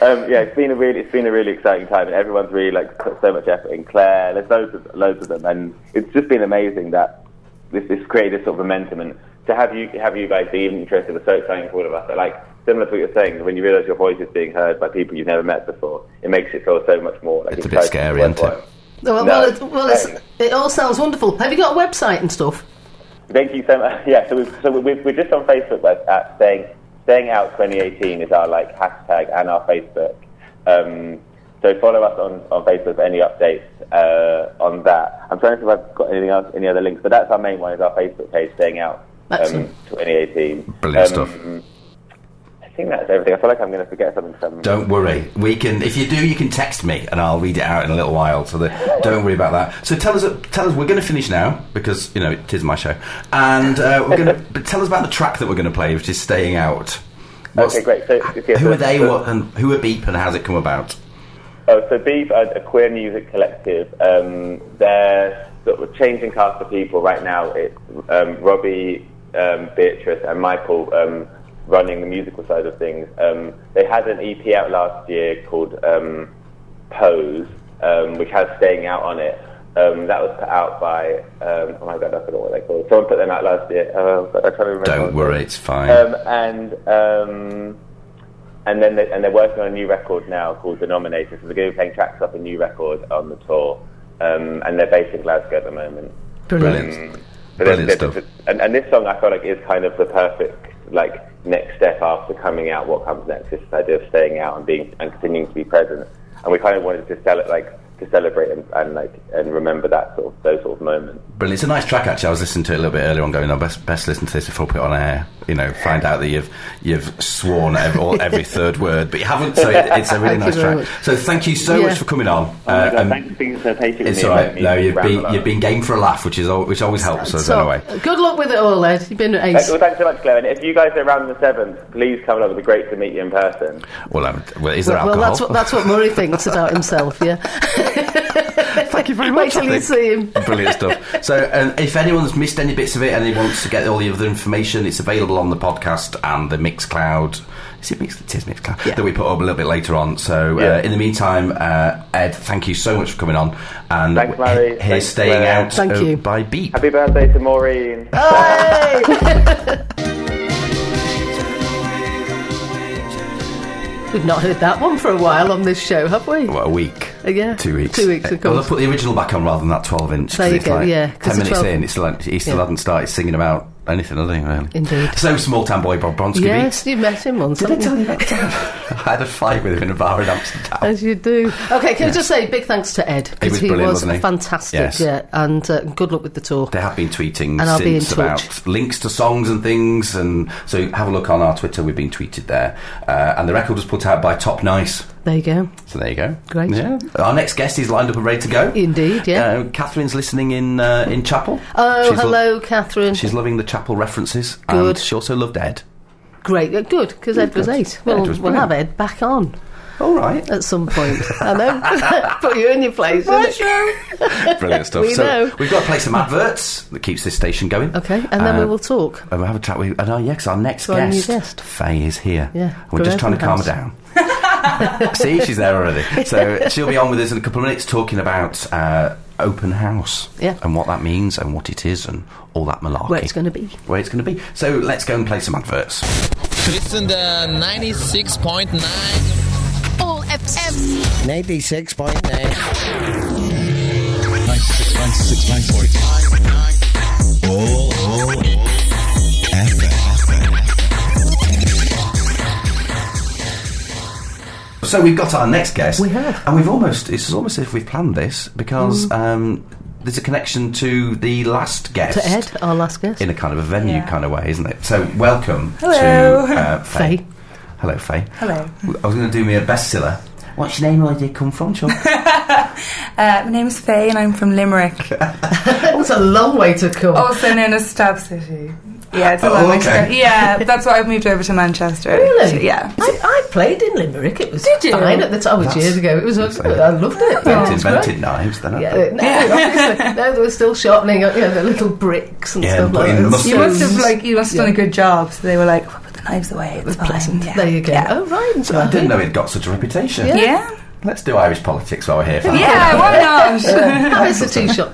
C: um, yeah, it's been a really, it's been a really exciting time, and everyone's really like put so much effort in. Claire, there's loads of loads of them, and it's just been amazing that this this created this sort of momentum, and to have you have you guys be even interested was so exciting for all of us. But, like similar to what you're saying, when you realise your voice is being heard by people you've never met before, it makes it feel so much more like
A: It's a bit scary, isn't it?
B: Well,
C: No,
B: well, it, well it's,
C: um,
B: it all sounds wonderful. Have you got a website and stuff?
C: Thank you so much. Yeah, so we've, so we've, we're just on Facebook like, at staying staying out 2018 is our like hashtag and our Facebook. Um, so follow us on, on Facebook for any updates uh, on that. I'm trying to see if I've got anything else, any other links, but that's our main one is our Facebook page, staying out um,
B: Excellent.
C: 2018.
A: Brilliant
C: Um,
A: stuff.
C: I think that's everything. I feel like I'm going to forget something. Some
A: Don't worry. We can. If you do, you can text me, and I'll read it out in a little while. So that, don't worry about that. So tell us. Tell us. We're going to finish now because you know it is my show, and uh, we're going to. But tell us about the track that we're going to play, which is "Staying Out." What's-
C: Okay, great. So,
A: who
C: yeah, so-
A: are they?
C: so-
A: What, and who are Beep? And how's it come about?
C: Oh, so Beef are a queer music collective. Um, they're sort of changing cast of people right now. It's um, Robbie, um, Beatrice, and Michael um, running the musical side of things. Um, they had an EP out last year called um, Pose, um, which has Staying Out on it. Um, that was put out by, um, oh my god, I forgot what they called. Someone put them out last year. Oh, God, I can't remember.
A: Don't worry, it's fine.
C: Um, and um, and then they, and they're working on a new record now called Denominator. So they're going to be playing tracks off a new record on the tour, um, and they're based in Glasgow at the moment.
A: Brilliant.
C: But
A: Brilliant
C: it's-
A: stuff.
C: it's- and, and this song I feel like is kind of the perfect like next step after coming out. What comes next is this idea of staying out and being and continuing to be present. And we kind of wanted to celebrate, like to celebrate and, and like and remember that sort of those sort of moments.
A: Brilliant. It's a nice track, actually. I was listening to it a little bit earlier on, going, "I best best listen to this before I put it on air." You know, find out that you've you've sworn every, all, every third word, but you haven't. So it, it's a really
B: Thank
A: nice
B: you very
A: track.
B: much.
A: So thank you so
B: Yeah.
A: much for coming on.
C: Oh my God,
A: um,
C: thanks for being so patient with
A: it's
C: me.
A: all
C: and
A: right.
C: letting me
A: No, you've
C: ramble
A: been
C: on.
A: you've been game for a laugh, which is al which always helps. So,
B: So, uh,
A: anyway,
B: good luck with it all, Ed. You've been
C: Thank, Uh, well,
B: excellent.
C: thanks so much, Claire. And if you guys are around the seventh, please come along. It'd be great to meet you in person.
A: well, um, well, is there
B: well,
A: alcohol?
B: that's what that's what Murray thinks about himself. Yeah. Thank you very Wait
A: much, I
B: till you
A: think.
B: see him.
A: Brilliant stuff. So, um, if anyone's missed any bits of it and he wants to get all the other information, it's available on the podcast and the Mixcloud. Is it Mixcloud? It is Mixcloud
B: Yeah.
A: that we put up a little bit later on. So, uh,
C: Yeah.
A: in the meantime, uh, Ed, thank you so much for coming on. And
C: Thanks,
A: w-
C: Larry.
A: here's
C: Thanks,
A: staying
C: Claire.
A: out
B: Thank
A: uh,
B: you.
A: by Beep.
C: Happy birthday to Maureen.
B: We've not heard that one for a while on this show, have we?
A: What, a week?
B: Uh, yeah.
A: Two weeks.
B: Two weeks, of
A: Well,
B: course.
A: I'll put the original back on rather than that 12 inch. 'cause
B: There you
A: it's
B: go,
A: like
B: yeah, 'cause
A: 10
B: the
A: minutes
B: 12
A: in, it's like, he still
B: Yeah.
A: hadn't started singing about anything, had he, really?
B: Indeed.
A: So, small town boy Bob Bronsky.
B: Yes, you met him once. haven't you?
A: I had a fight with him in a bar in Amsterdam.
B: As you do. Okay, can I just say big thanks to Ed
A: was
B: because he
A: brilliant,
B: was
A: wasn't he?
B: fantastic.
A: Yes.
B: Yeah, and uh, good luck with the tour.
A: They have been tweeting
B: And I'll be
A: since
B: in touch.
A: about links to songs and things, and so have a look on our Twitter. We've been tweeted there, uh, and the record was put out by Top Nice.
B: There you go.
A: So there you go.
B: Great.
A: Yeah. Our next guest is lined up and ready to go.
B: Indeed, yeah.
A: Uh, Catherine's listening in uh, in chapel.
B: Oh,
A: She's lo-
B: hello, Catherine.
A: she's loving the chapel references. And
B: Good.
A: she also loved Ed.
B: Great, uh, good because Ed was eight.
A: Yeah,
B: Well,
A: it was
B: we'll have
A: brilliant.
B: Ed back on
A: All right.
B: at some point. I know. Put you in your place. innit?
A: Brilliant stuff.
B: We
A: so
B: know.
A: we've got to play some adverts that keeps this station going.
B: Okay, and then we
A: Um,
B: will talk.
A: And we'll have a chat with. And our, yes, our next
B: Our new
A: guest,
B: guest.
A: Faye, is here.
B: Yeah,
A: We're
B: go
A: just trying to calm her
B: open
A: down. See, she's there already. So she'll be on with us in a couple of minutes talking about uh, open house
B: Yeah.
A: and what that means and what it is and all that malarkey.
B: Where it's going to be.
A: Where it's going to be. So let's go and play some adverts.
D: Listen to 96.9.
E: All FM.
F: 96.9.
A: So we've got our next guest.
B: We have. Mm.
A: and we've almost. It's almost as if we've planned this because um, there's a connection to the last guest.
B: To Ed, our last guest.
A: in a kind of a venue kind of way, isn't it? So, welcome
G: Hello.
A: to uh, Faye.
B: Faye.
A: Hello, Faye.
G: Hello.
A: I was going to do me a bestseller. What's your name? Where did you come from, Sean?
G: Uh, my name is Faye and I'm from Limerick,
B: That was a long way to come.
G: also known as Stab City. Yeah, it's a
A: Oh,
G: long way to
A: okay.
G: go. Yeah, that's why I've moved over to Manchester.
B: Really?
G: Yeah.
B: I, I played in Limerick. It was
G: Did you?
B: fine at the time. It was years ago. It was. I loved it. Yeah, it
A: invented,
B: was great.
A: invented knives, then.
B: Yeah,
A: Yeah,
B: uh, no, obviously, no, they were still sharpening up, you know, the little bricks and
A: Yeah,
B: stuff like
A: putting
B: that.
A: mustard.
G: You must have like you must have done
B: Yeah.
G: a good job. So they were like, well, put the knives away. It's fine.
B: Pleasant.
G: Yeah.
B: There you go.
G: Yeah.
B: Oh, right.
A: I didn't know it got such a reputation.
B: Yeah.
G: Yeah.
A: Let's do Irish politics while we're here. Faye.
G: Yeah, why
B: That is a tea shop.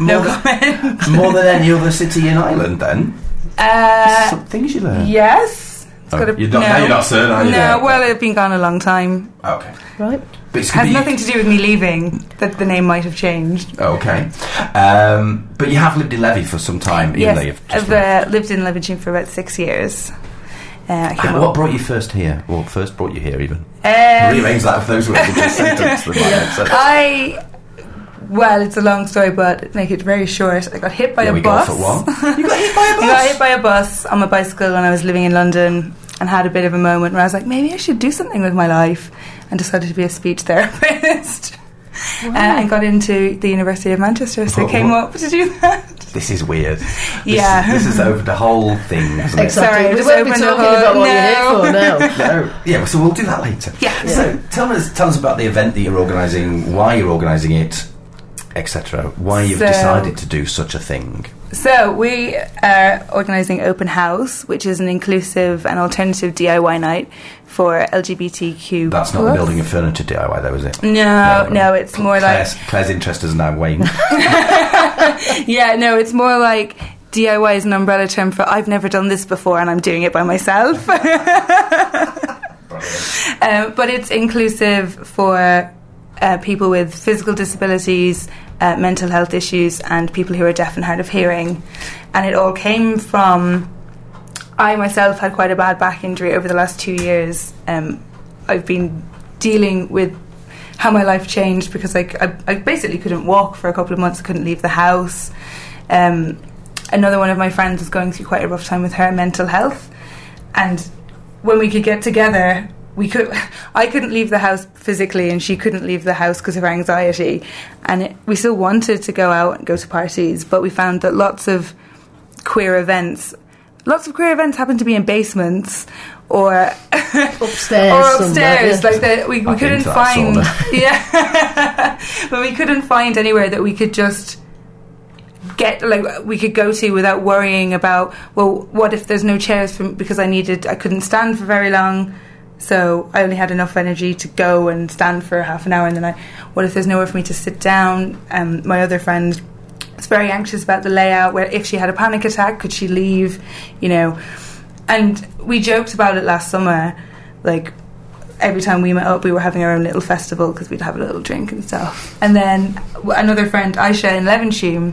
A: More, than, more than any other city in Ireland, then.
G: not? Uh,
A: Some things you learn.
G: yes. It's got a,
A: You're not- now you're not certain, are you?
G: No,
A: Yeah.
G: well, it's been gone a long time.
A: Okay.
B: Right.
A: But it's
G: Has
A: gonna be-
G: nothing to do with me leaving. That the name might have changed.
A: Oh, Okay. Um, but you have lived in Levy for some time, even though
G: yes,
A: you've just
G: I've uh, lived in Leverton for about six years. Uh, I came
A: What
G: up-
A: brought you first here? Well, first brought you here, even.
G: Um,
A: Rearrange that for those who have just sentence that might make sense.
G: I. Well, it's a long story, but make it very short. I got hit by
A: There
G: a
A: we
G: bus.
A: go for one.
G: You got hit by a bus. I got hit by a bus on my bicycle when I was living in London, and had a bit of a moment where I was like, maybe I should do something with my life, and decided to be a speech therapist. Uh, and got into the University of Manchester, so
A: What-
G: came
A: what-
G: up to do that.
A: This is weird. This,
G: Yeah.
A: This has opened a whole thing, hasn't it?
B: Exactly.
G: Sorry,
B: we
G: just
B: won't be
G: opened a
B: talking
G: whole-
B: about what you're here
G: No.
B: for now.
A: No. Yeah, so we'll do that later.
G: Yeah.
A: So tell us, tell us about the event that you're organising, why you're organising it, etc. Why you've
G: So-
A: decided to do such a thing.
G: So we are organising Open House, which is an inclusive and alternative DIY night for LGBTQ.
A: That's not the building of furniture DIY, though, is it?
G: No, no, it's more like
A: Claire's, Claire's interest is now waning.
G: yeah, no, it's more like DIY is an umbrella term for I've never done this before and I'm doing it by myself. um, but it's inclusive for uh, people with physical disabilities, uh, mental health issues, and people who are deaf and hard of hearing. And it all came from I myself had quite a bad back injury over the last two years. Um, I've been dealing with how my life changed because I, I, I basically couldn't walk for a couple of months. I couldn't leave the house. Um, another one of my friends was going through quite a rough time with her mental health, and when we could get together, we could. I couldn't leave the house physically, and she couldn't leave the house because of her anxiety. And it, we still wanted to go out and go to parties, but we found that lots of queer events. Lots of queer events happen to be in basements or
B: Upstairs
G: or
B: somewhere,
G: upstairs.
B: yeah.
G: Like the, we, we
A: I've been
G: couldn't
A: to that
G: find
A: sauna.
G: yeah, but we couldn't find anywhere that we could just get like we could go to without worrying about well what if there's no chairs for, because I needed I couldn't stand for very long. So I only had enough energy to go and stand for half an hour, and then I, what if there's nowhere for me to sit down? Um, my other friend was very anxious about the layout. Where if she had a panic attack, could she leave? You know, and we joked about it last summer. Like every time we met up, we were having our own little festival because we'd have a little drink and stuff. And then w- another friend, Aisha in Levenshulme,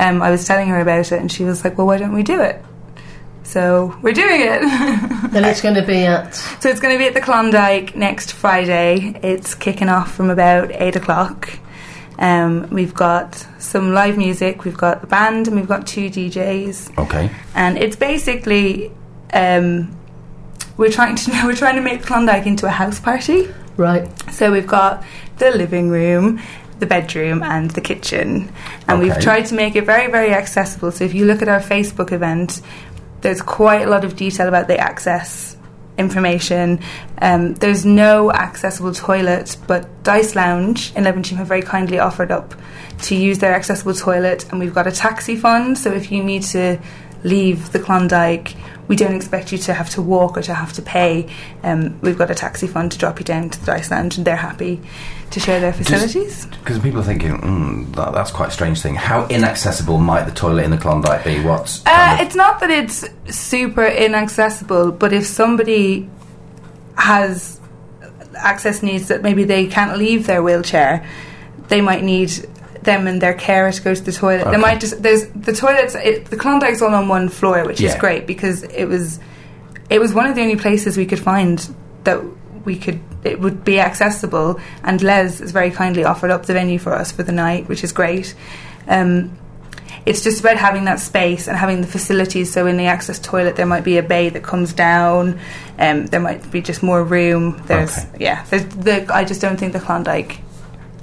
G: um, I was telling her about it, and she was like, "Well, why don't we do it?" So we're doing it.
B: Then it's going to be at.
G: So it's going to be at the Klondike next Friday. It's kicking off from about eight o'clock. Um, we've got some live music, we've got the band, and we've got two DJs.
A: okay.
G: And it's basically um, we're trying to we're trying to make Klondike into a house party.
B: Right.
G: So we've got the living room, the bedroom, and the kitchen. And we've
A: Okay.
G: tried to make it very, very accessible. So if you look at our Facebook event, there's quite a lot of detail about the access information. Um, there's no accessible toilet, but Dice Lounge in Levenshulme have very kindly offered up to use their accessible toilet, and we've got a taxi fund. So if you need to leave the Klondike, we don't expect you to have to walk or to have to pay. Um, we've got a taxi fund to drop you down to the Dice Lounge, and they're happy to share their facilities.
A: Because people are thinking, mm, that, that's quite a strange thing. How inaccessible might the toilet in the Klondike be? What's
G: Uh,
A: kind of-
G: it's not that it's super inaccessible, but if somebody has access needs that maybe they can't leave their wheelchair, they might need them and their carer to go to the toilet. They
A: Okay.
G: might just there's the toilets. It, the Klondike's all on one floor, which is
A: Yeah.
G: great because it was it was one of the only places we could find that we could it would be accessible and les has very kindly offered up the venue for us for the night which is great um, it's just about having that space and having the facilities so in the access toilet there might be a bay that comes down um, there might be just more room there's
A: Okay.
G: yeah there's the, i just don't think the klondike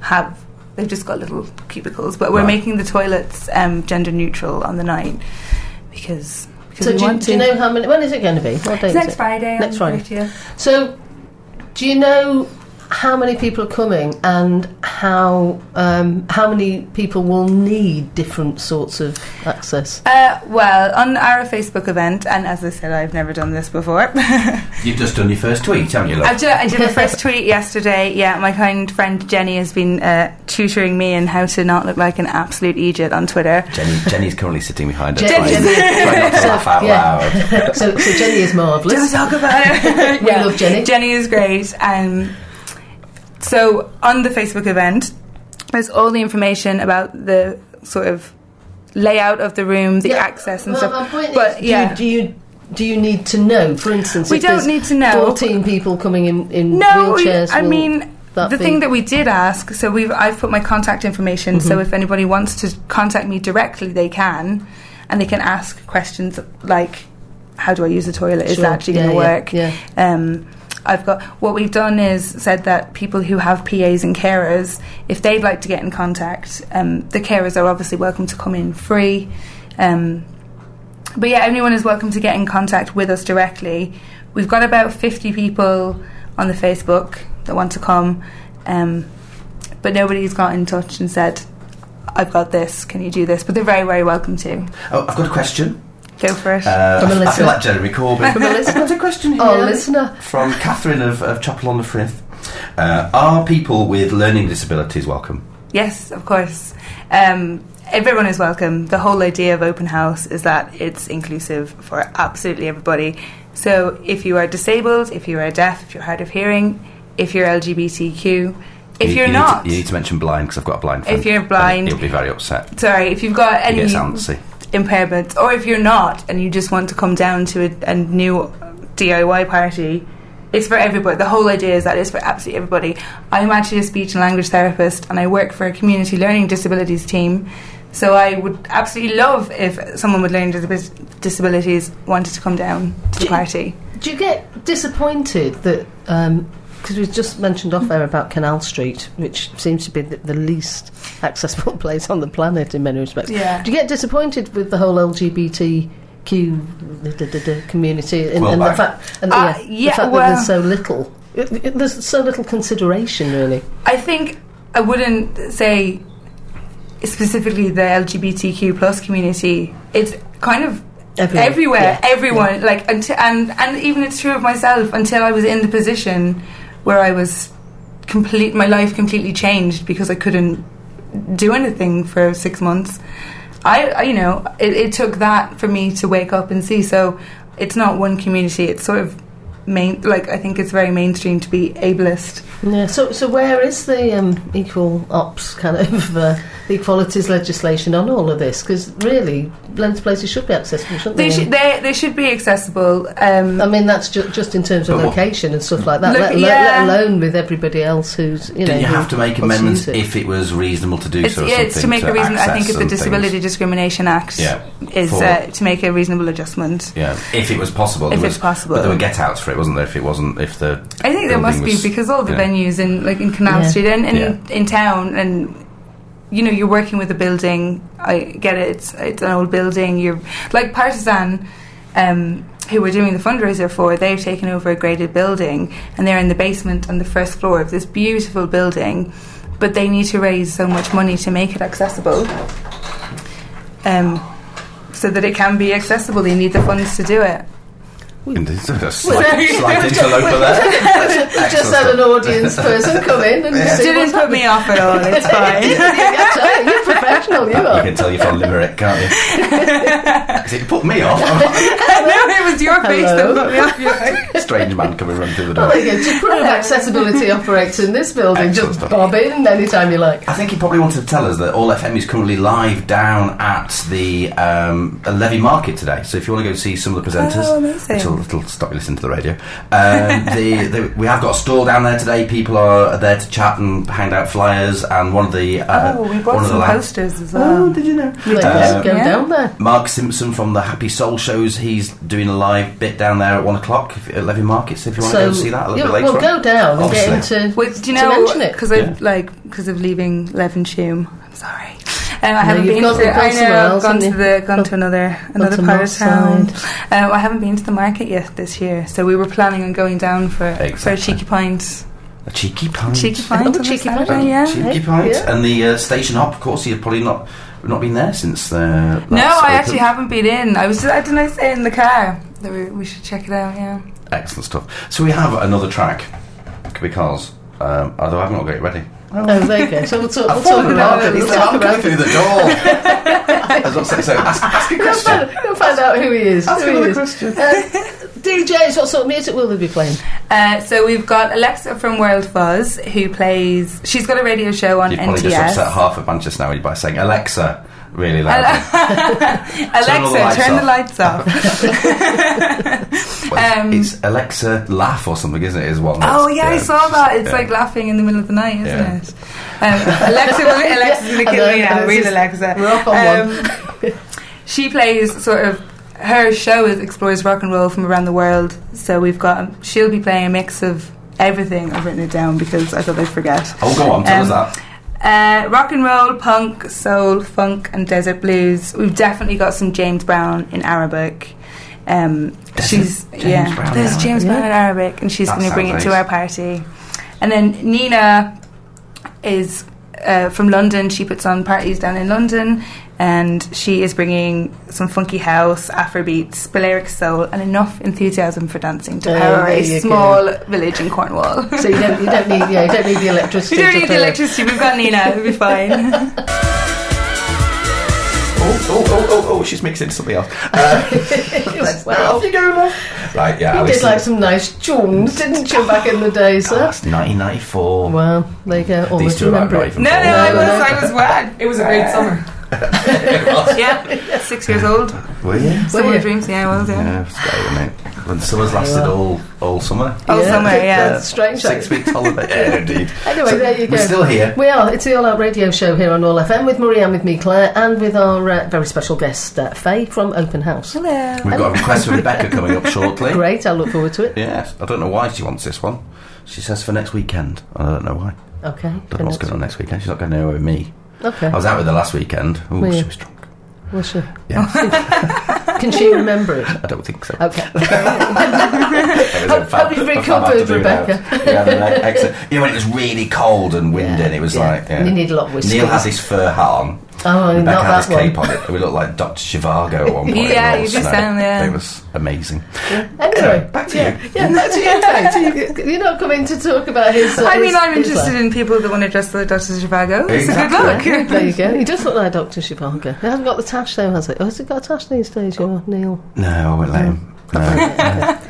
G: have they've just got little cubicles but we're
A: Right.
G: making the toilets um, gender neutral on the night because, because
B: So
G: we
B: do you,
G: want
B: do you
G: to.
B: know how many? When is it going to be? What day
G: It's
B: is
G: next
B: it?
G: Friday.
B: Next
G: on the
B: Friday.
G: 30th.
B: So, do you know how many people are coming and how um, how many people will need different sorts of access?
G: Uh, well, on our Facebook event, and as I said, I've never done this before. I've
A: You've just done your first tweet, haven't you, love?
G: ju- I did my first tweet yesterday. Yeah, my kind friend Jenny has been uh, tutoring me in how to not look like an absolute idiot on Twitter.
A: Jenny, Jenny's currently sitting behind us.
B: Jenny-
A: trying,
B: Jenny-
A: trying not to
B: So,
A: laugh out
B: yeah.
A: loud.
B: so, so Jenny is
G: Don't
B: marvellous.
G: talk about it.
B: We love Jenny.
G: Jenny is great. Um, so on the Facebook event, there's all the information about the sort of layout of the room, the
B: Yeah.
G: access and
B: Well,
G: stuff.
B: My point
G: but
B: is,
G: yeah.
B: do, you, do you do you need to know? For instance,
G: We
B: if
G: don't
B: there's
G: need to know.
B: Fourteen people coming in in
G: no, we-
B: wheelchairs.
G: I
B: will
G: mean
B: that
G: the
B: be- Mm-hmm.
G: thing that we did ask. So we've I've put my contact information. So if anybody wants to contact me directly, they can, and they can ask questions like, "How do I use the toilet? Is
B: Sure.
G: that actually
B: Yeah,
G: going to
B: yeah,
G: work?"
B: yeah.
G: Um, I've got what we've done is said that people who have PAs and carers, if they'd like to get in contact, um, the carers are obviously welcome to come in free. Um, but yeah, anyone is welcome to get in contact with us directly. We've got about 50 people on the Facebook that want to come, um, but nobody's got in touch and said, I've got this, can you do this? But they're very, very welcome to.
A: Oh, I've got a question.
G: Go for it.
A: Uh,
B: From a
A: I feel
B: listener.
A: like Jeremy Corbyn.
B: From a listener.
A: I've got a question here.
B: Oh, listener.
A: From Catherine of, of Chapel on the Frith. Uh, are people with learning disabilities welcome?
G: yes, of course. Um, everyone is welcome. The whole idea of open house is that it's inclusive for absolutely everybody. So if you are disabled, if you are deaf, if you're hard of hearing, if you're LGBTQ, if
A: You-
G: you're
A: you need to-
G: not.
A: you need to mention blind because I've got a blind.
G: If
A: friend.
G: you're blind-
A: And he'll be very upset.
G: sorry, if you've got
A: He
G: any
A: gets antsy.
G: impairments, or if you're not and you just want to come down to a, a new DIY party, it's for everybody. The whole idea is that it's for absolutely everybody. I'm actually a speech and language therapist, and I work for a community learning disabilities team. So I would absolutely love if someone with learning disab- disabilities wanted to come down to the
B: Do-
G: party.
B: Do you get disappointed that? because we've just mentioned off air about Canal Street, which seems to be the, the least accessible place on the planet in many respects.
G: Yeah.
B: Do you get disappointed with the whole LGBTQ da, da, da, da, community and,
A: Well,
B: and
A: I-
B: the fact, and the-
G: Uh,
B: the
G: yeah,
B: fact
G: well-
B: that there's so little? It- it- There's so little consideration, really.
G: I think I wouldn't say specifically the LGBTQ plus community. It's kind of
B: Everywhere.
G: everywhere,
B: Yeah.
G: everyone. Like until, and and even it's true of myself. Until I was in the position where I was complete, my life completely changed because I couldn't do anything for six months. I, I you know, it, it took that for me to wake up and see. So it's not one community. It's sort of main. Like I think it's very mainstream to be ableist.
B: Yeah. So, so where is the um, equal ops kind of uh, the equalities legislation on all of this? Because really, Lens places should be accessible, shouldn't
G: They
B: they?
G: should they, they should be accessible. Um,
B: I mean, that's ju- just in terms of
A: But what-
B: location and stuff like that.
G: Look-
B: let, alo-
G: yeah.
B: let alone with everybody else who's you know.
A: Didn't you
B: who
A: have to make
B: wants
A: amendments
B: use it?
A: if it was reasonable to do
G: it's,
A: so? or
G: yeah, it's to
A: something
G: make a reason. I think
A: access
G: it's the
A: and things?
G: Disability Discrimination Act
A: Yeah.
G: is
A: For-
G: uh, to make a reasonable adjustment.
A: Yeah, if it was possible.
G: If
A: There
G: it's
A: was-
G: possible.
A: But there were get outs for it, wasn't there? If it wasn't, if the
G: I think there
A: building
G: must
A: was-
G: be because all the
A: yeah.
G: venues in like in Canal
B: Yeah.
G: Street and in,
A: Yeah.
G: in town and you know you're working with a building. I get it. It's it's an old building. You're like Partisan. Um, who we're doing the fundraiser for? They've taken over a graded building, and they're in the basement on the first floor of this beautiful building. But they need to raise so much money to make it accessible. um, so that it can be accessible. They need the funds to do it.
A: And there's a slight, slight interloper there.
B: We've just had an audience person come in and see what's
G: Didn't put me off at all. It's fine.
B: happening. You're professional, you
A: You
B: are.
A: can tell you're from Limerick, can't you? it put me off. I'm
G: no, it was your face that put me off. Your
A: a strange man coming run through the
B: There
A: door.
B: you go. Just put an accessibility operator in this building.
A: Excellent
B: Just
A: stuff.
B: bob in anytime you like.
A: I think he probably wanted to tell us that All FM is currently live down at the um, Levy Market today. So if you want to go see some of the presenters,
G: Oh, amazing.
A: It'll, it'll stop you listening to the radio. Um, the, the, we have got a stall down there today. People are there to chat and hand out flyers. And one of the uh,
G: oh, we
A: one
G: bought
A: of the
G: some
A: lads,
G: posters as
A: Oh,
G: well.
A: did you know?
B: Like, just go
G: yeah.
B: down there.
A: Mark Simpson from the Happy Soul shows. He's doing a live bit down there at one o'clock if- at Levy Market. So if you want to go
B: So
A: and see that a
B: yeah,
A: little bit later,
B: we'll
A: on.
B: go down and get
A: Obviously.
B: into
G: Wait, do you
B: to
G: know?
B: mention it.
G: Because
A: Yeah.
G: I've like because of leaving Levenshulme. I'm sorry. Um, I haven't
B: you've
G: been
B: gone-
G: to.
B: you've gone
G: I
B: somewhere
G: know.
B: else,
G: Gone to
B: haven't
G: the.
B: you?
G: Gone to another another
B: to
G: part of
B: North
G: town.
B: Side.
G: Um, I haven't been to the market yet this year, so we were planning on going down for for a
A: Exactly.
G: cheeky pint.
A: A cheeky pint.
G: Cheeky pint.
B: Oh,
G: on a
B: cheeky pint.
G: Saturday, yeah.
A: Cheeky
B: Hey,
A: pint.
B: yeah.
A: And the uh, station hop, of course, you've probably not not been there since. Uh,
G: No,
A: that's
G: I
A: opened.
G: actually haven't been in. I was. I didn't I say in the car that we, we should check it out. Yeah.
A: Excellent stuff. So we have another track because, um, although I've not got it ready.
B: Oh, there you go. So we'll talk,
A: I
B: we'll
A: thought
B: talk
A: we were on
B: about it.
A: it.
B: We'll
A: It's like,
B: talk
A: I'm
B: about
A: going
B: it.
A: through the door. As I said, so ask, ask a
B: We'll
A: question.
B: find, we'll find out who he is.
A: Ask
B: who he
A: another
B: is.
A: question.
B: DJs, what sort of music will they be playing?
G: Uh, so we've got Alexa from World Fuzz who plays. She's got a radio show on
A: You've probably just upset
G: NTS.
A: half of Manchester now by saying Alexa really loudly. Turn all the lights
G: Alexa, turn the
A: off.
G: lights off.
A: Well,
G: um,
A: it's Alexa laugh or something, isn't it? Is one. that's-
G: Oh yeah, I saw that. It's
A: yeah.
G: like laughing in the middle of the night, isn't
A: Yeah.
G: it? Um, Alexa, will- Alexa's gonna
B: Yeah,
G: kill
B: I
G: me
B: know,
G: now.
B: it's
G: Read
B: just-
G: Alexa. Um,
B: we're off on
G: she plays sort of her show is explores rock and roll from around the world. So we've got she'll be playing a mix of everything. I've written it down because I thought I'd forget.
A: Oh, go on, tell
G: Um,
A: us that.
G: Uh, rock and roll, punk, soul, funk, and desert blues. We've definitely got some James Brown in Arabic. Um, she's
A: James
G: yeah,
A: Brown in
G: there's
A: Arabic.
G: James Brown in Arabic, and she's
A: That
G: going to bring it
A: sounds
G: to
A: nice.
G: our party. And then Nina is uh, from London. She puts on parties down in London, and she is bringing some funky house, Afrobeat, Balearic soul, and enough enthusiasm for dancing to
B: Oh,
G: power
B: there
G: a
B: you go.
G: small village in Cornwall.
B: So you don't, you don't need, yeah, you don't need the electricity.
G: we don't
B: to
G: need
B: play
G: the
B: it.
G: electricity. We've got Nina. It'll be fine.
A: Oh, oh, oh, oh, oh, she's mixing something else. Uh,
B: Well,
A: off you go, love. Right, yeah.
B: you
A: Alexa-
B: did like some nice tunes, didn't you, back in the day, sir?
A: That's 1994.
B: Well, there you go. All
A: Uh, These
B: of
A: two
B: you
A: are like
B: remember
A: not
B: it.
A: even
G: No, no,
A: born.
G: I was, I was wag. It was a great summer. yeah, six years old.
A: Were you?
G: Summer
B: you?
G: of dreams. Yeah, I was. Yeah,
A: Yeah, it's great, isn't it? When summer's lasted all all summer.
G: oh, summer. Yeah.
B: That's strange.
A: Six weeks holiday. Yeah, indeed.
B: Anyway,
A: So
B: there you go.
A: We're still here.
B: We are. It's the All Out Radio Show here on All FM with Marie and with me, Claire, and with our uh, very special guest, uh, Faye from Open House.
G: Hello.
A: We've got a request from Rebecca coming up shortly.
B: Great, I look forward to it.
A: Yes, I don't know why she wants this one. She says for next weekend. I don't know why.
B: Okay.
A: Don't know what's going on next weekend. She's not going anywhere with me.
B: Okay.
A: I was out with her last weekend. Oh,
B: Were you?
A: she was drunk.
B: Well, sure.
A: Yeah,
B: Can she remember it?
A: I don't think so.
B: Okay.
A: Hope,
B: hope you've recovered, Rebecca.
A: yeah, no, no, excellent. You know, when it was really cold and windy,
B: Yeah,
A: and it was
B: yeah.
A: like. Yeah.
B: And you need a lot of whiskey.
A: Neil had his fur hat on.
B: Oh,
A: Rebecca
B: not
A: had
B: that
A: his cape
B: one.
A: on it. We looked like Dr. Zhivago at one point.
G: Yeah,
A: in
G: you
A: the
G: do
A: snow.
G: sound, yeah.
A: It was amazing.
B: Anyway,
A: back to
B: yeah,
A: you.
B: Yeah, back to you, Faye. So you. You're not coming to talk about his. Uh,
G: I mean,
B: his-
G: I'm
B: his
G: interested
B: life.
G: in people that want to dress like Doctor Zhivago. It's
A: Exactly.
G: a good
B: Yeah,
G: look.
B: there you go. He does look like Doctor Chibaga. He hasn't got the tash though, has he? Oh, has he got a tash these days, your Neil?
A: No, I won't let him. No.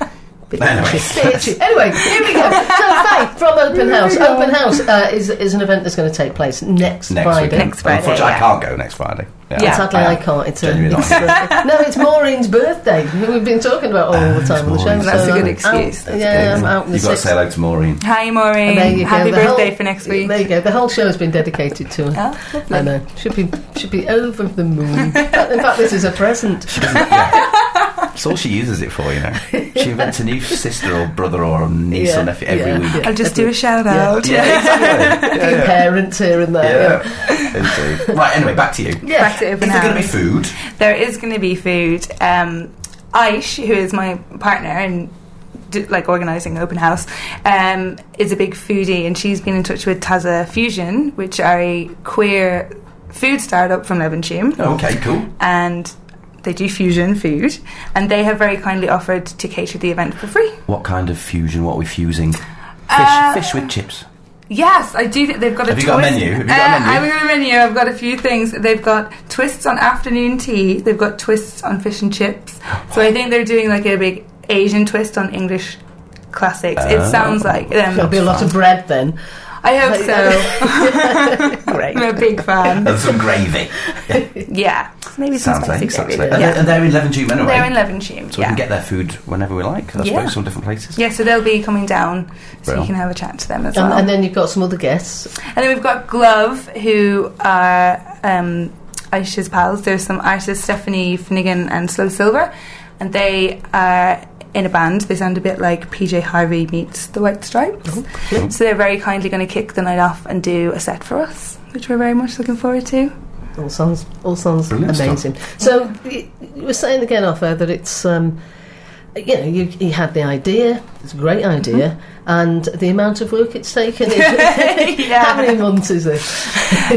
B: Bit
A: Anyway.
B: itchy, bit itchy. anyway, here we go. So, Faye from Open House. Open House uh, is is an event that's going to take place next,
A: Next
B: Friday.
A: weekend.
G: Next Friday,
A: Unfortunately, I
G: yeah.
A: can't go next Friday. Yeah,
B: Sadly, I can't. It's, a,
A: Genuinely not. Ah,
B: it's a- no, it's Maureen's birthday, who we've been talking about all the
A: it's
B: time on the show.
A: Maureen's
B: so
G: birthday. That's a good
B: I'm out-
G: excuse. That's
B: yeah, I'm out. on the
A: You've got to
B: sixth.
A: say hello to Maureen.
G: Hi,
B: And there you
G: Maureen.
B: go.
G: Happy
B: The
G: birthday
B: whole-
G: for next
B: There
G: week.
B: you go. The whole show has been dedicated to her.
G: Oh, lovely.
B: I know. Should be should be over the moon. in fact, this is a present.
A: That's all she uses it for, you know. She invents a new sister or brother or niece
B: Yeah,
A: or nephew every
B: yeah,
A: week.
B: yeah.
G: I'll just do a shout out.
A: Yeah, exactly. Yeah, yeah.
B: Parents here and there.
A: Yeah, indeed. Right, anyway, back to you. Is
B: Yeah.
G: Back to open
A: there
G: house.
A: going to be food?
G: there is going to be food. Um, Aish, who is my partner in d- like organising open house, um, is a big foodie, and she's been in touch with Taza Fusion, which are a queer food startup from Levenshulme,
A: Oh, Okay, cool.
G: and they do fusion food, and they have very kindly offered to cater the event for free.
A: What kind of fusion? What are we fusing? Fish,
G: Uh,
A: fish with chips.
G: Yes, I do. think They've got a.
A: Have you got a
G: twist-
A: menu? Have you got a
G: Uh,
A: menu?
G: I've got a menu. I've got a few things. They've got twists on afternoon tea. They've got twists on fish and chips. So I think they're doing like a big Asian twist on English classics.
A: Oh.
G: it sounds like
B: There'll be a
G: them.
B: lot of bread then. um,
G: I hope so.
B: Great.
G: I'm a big fan.
A: And some gravy.
G: Yeah, maybe some
A: Sounds like
G: spicy
A: exactly.
G: gravy.
A: And,
G: Yeah.
A: they're, and they're in Levenshulme anyway.
G: They're in Levenshulme.
A: so we
G: yeah.
A: can get their food whenever we like. I
G: Yeah.
A: suppose some different places.
G: yeah, so they'll be coming down, so
A: Well.
G: you can have a chat to them as
B: And,
G: well.
B: and then you've got some other guests.
G: And then we've got Glove, who are um, Aisha's pals. There's some artists, Stephanie Finnegan and Slow Silver, and they are in a band. They sound a bit like PJ Harvey meets the White Stripes. So they're very kindly going to kick the night off and do a set for us, which we're very much looking forward to.
B: All sounds all sounds
A: Brilliant stuff.
B: amazing. So y- you were saying again off air that it's um, you know, you, you had the idea, it's a great
G: Mm-hmm.
B: idea, and the amount of work it's taken. Is, How
G: Yeah.
B: many months is it?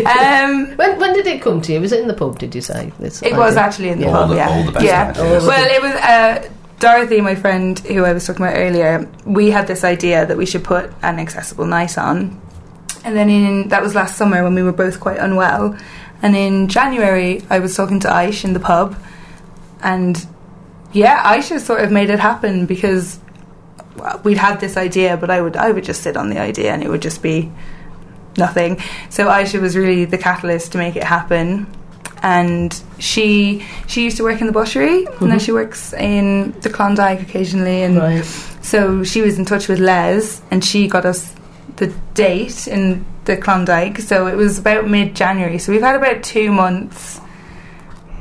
G: Um,
B: when, when did it come to you? Was it in the pub, did you say? This
G: It was
B: idea?
G: actually in the
B: Yeah.
A: All
G: pub,
A: the-
G: yeah.
A: all the best
G: yeah.
A: ideas.
G: Well, it was uh, Dorothy, my friend, who I was talking about earlier. We had this idea that we should put an accessible night on, and then in that was last summer when we were both quite unwell, and in January I was talking to Aish in the pub, and yeah, Aisha sort of made it happen because well, we'd had this idea, but I would I would just sit on the idea and it would just be nothing. So Aisha was really the catalyst to make it happen. And she she used to work in the butchery, and now she works in the Klondike occasionally. And
B: Right.
G: so she was in touch with Les, and she got us the date in the Klondike. So it was about mid January. So we've had about two months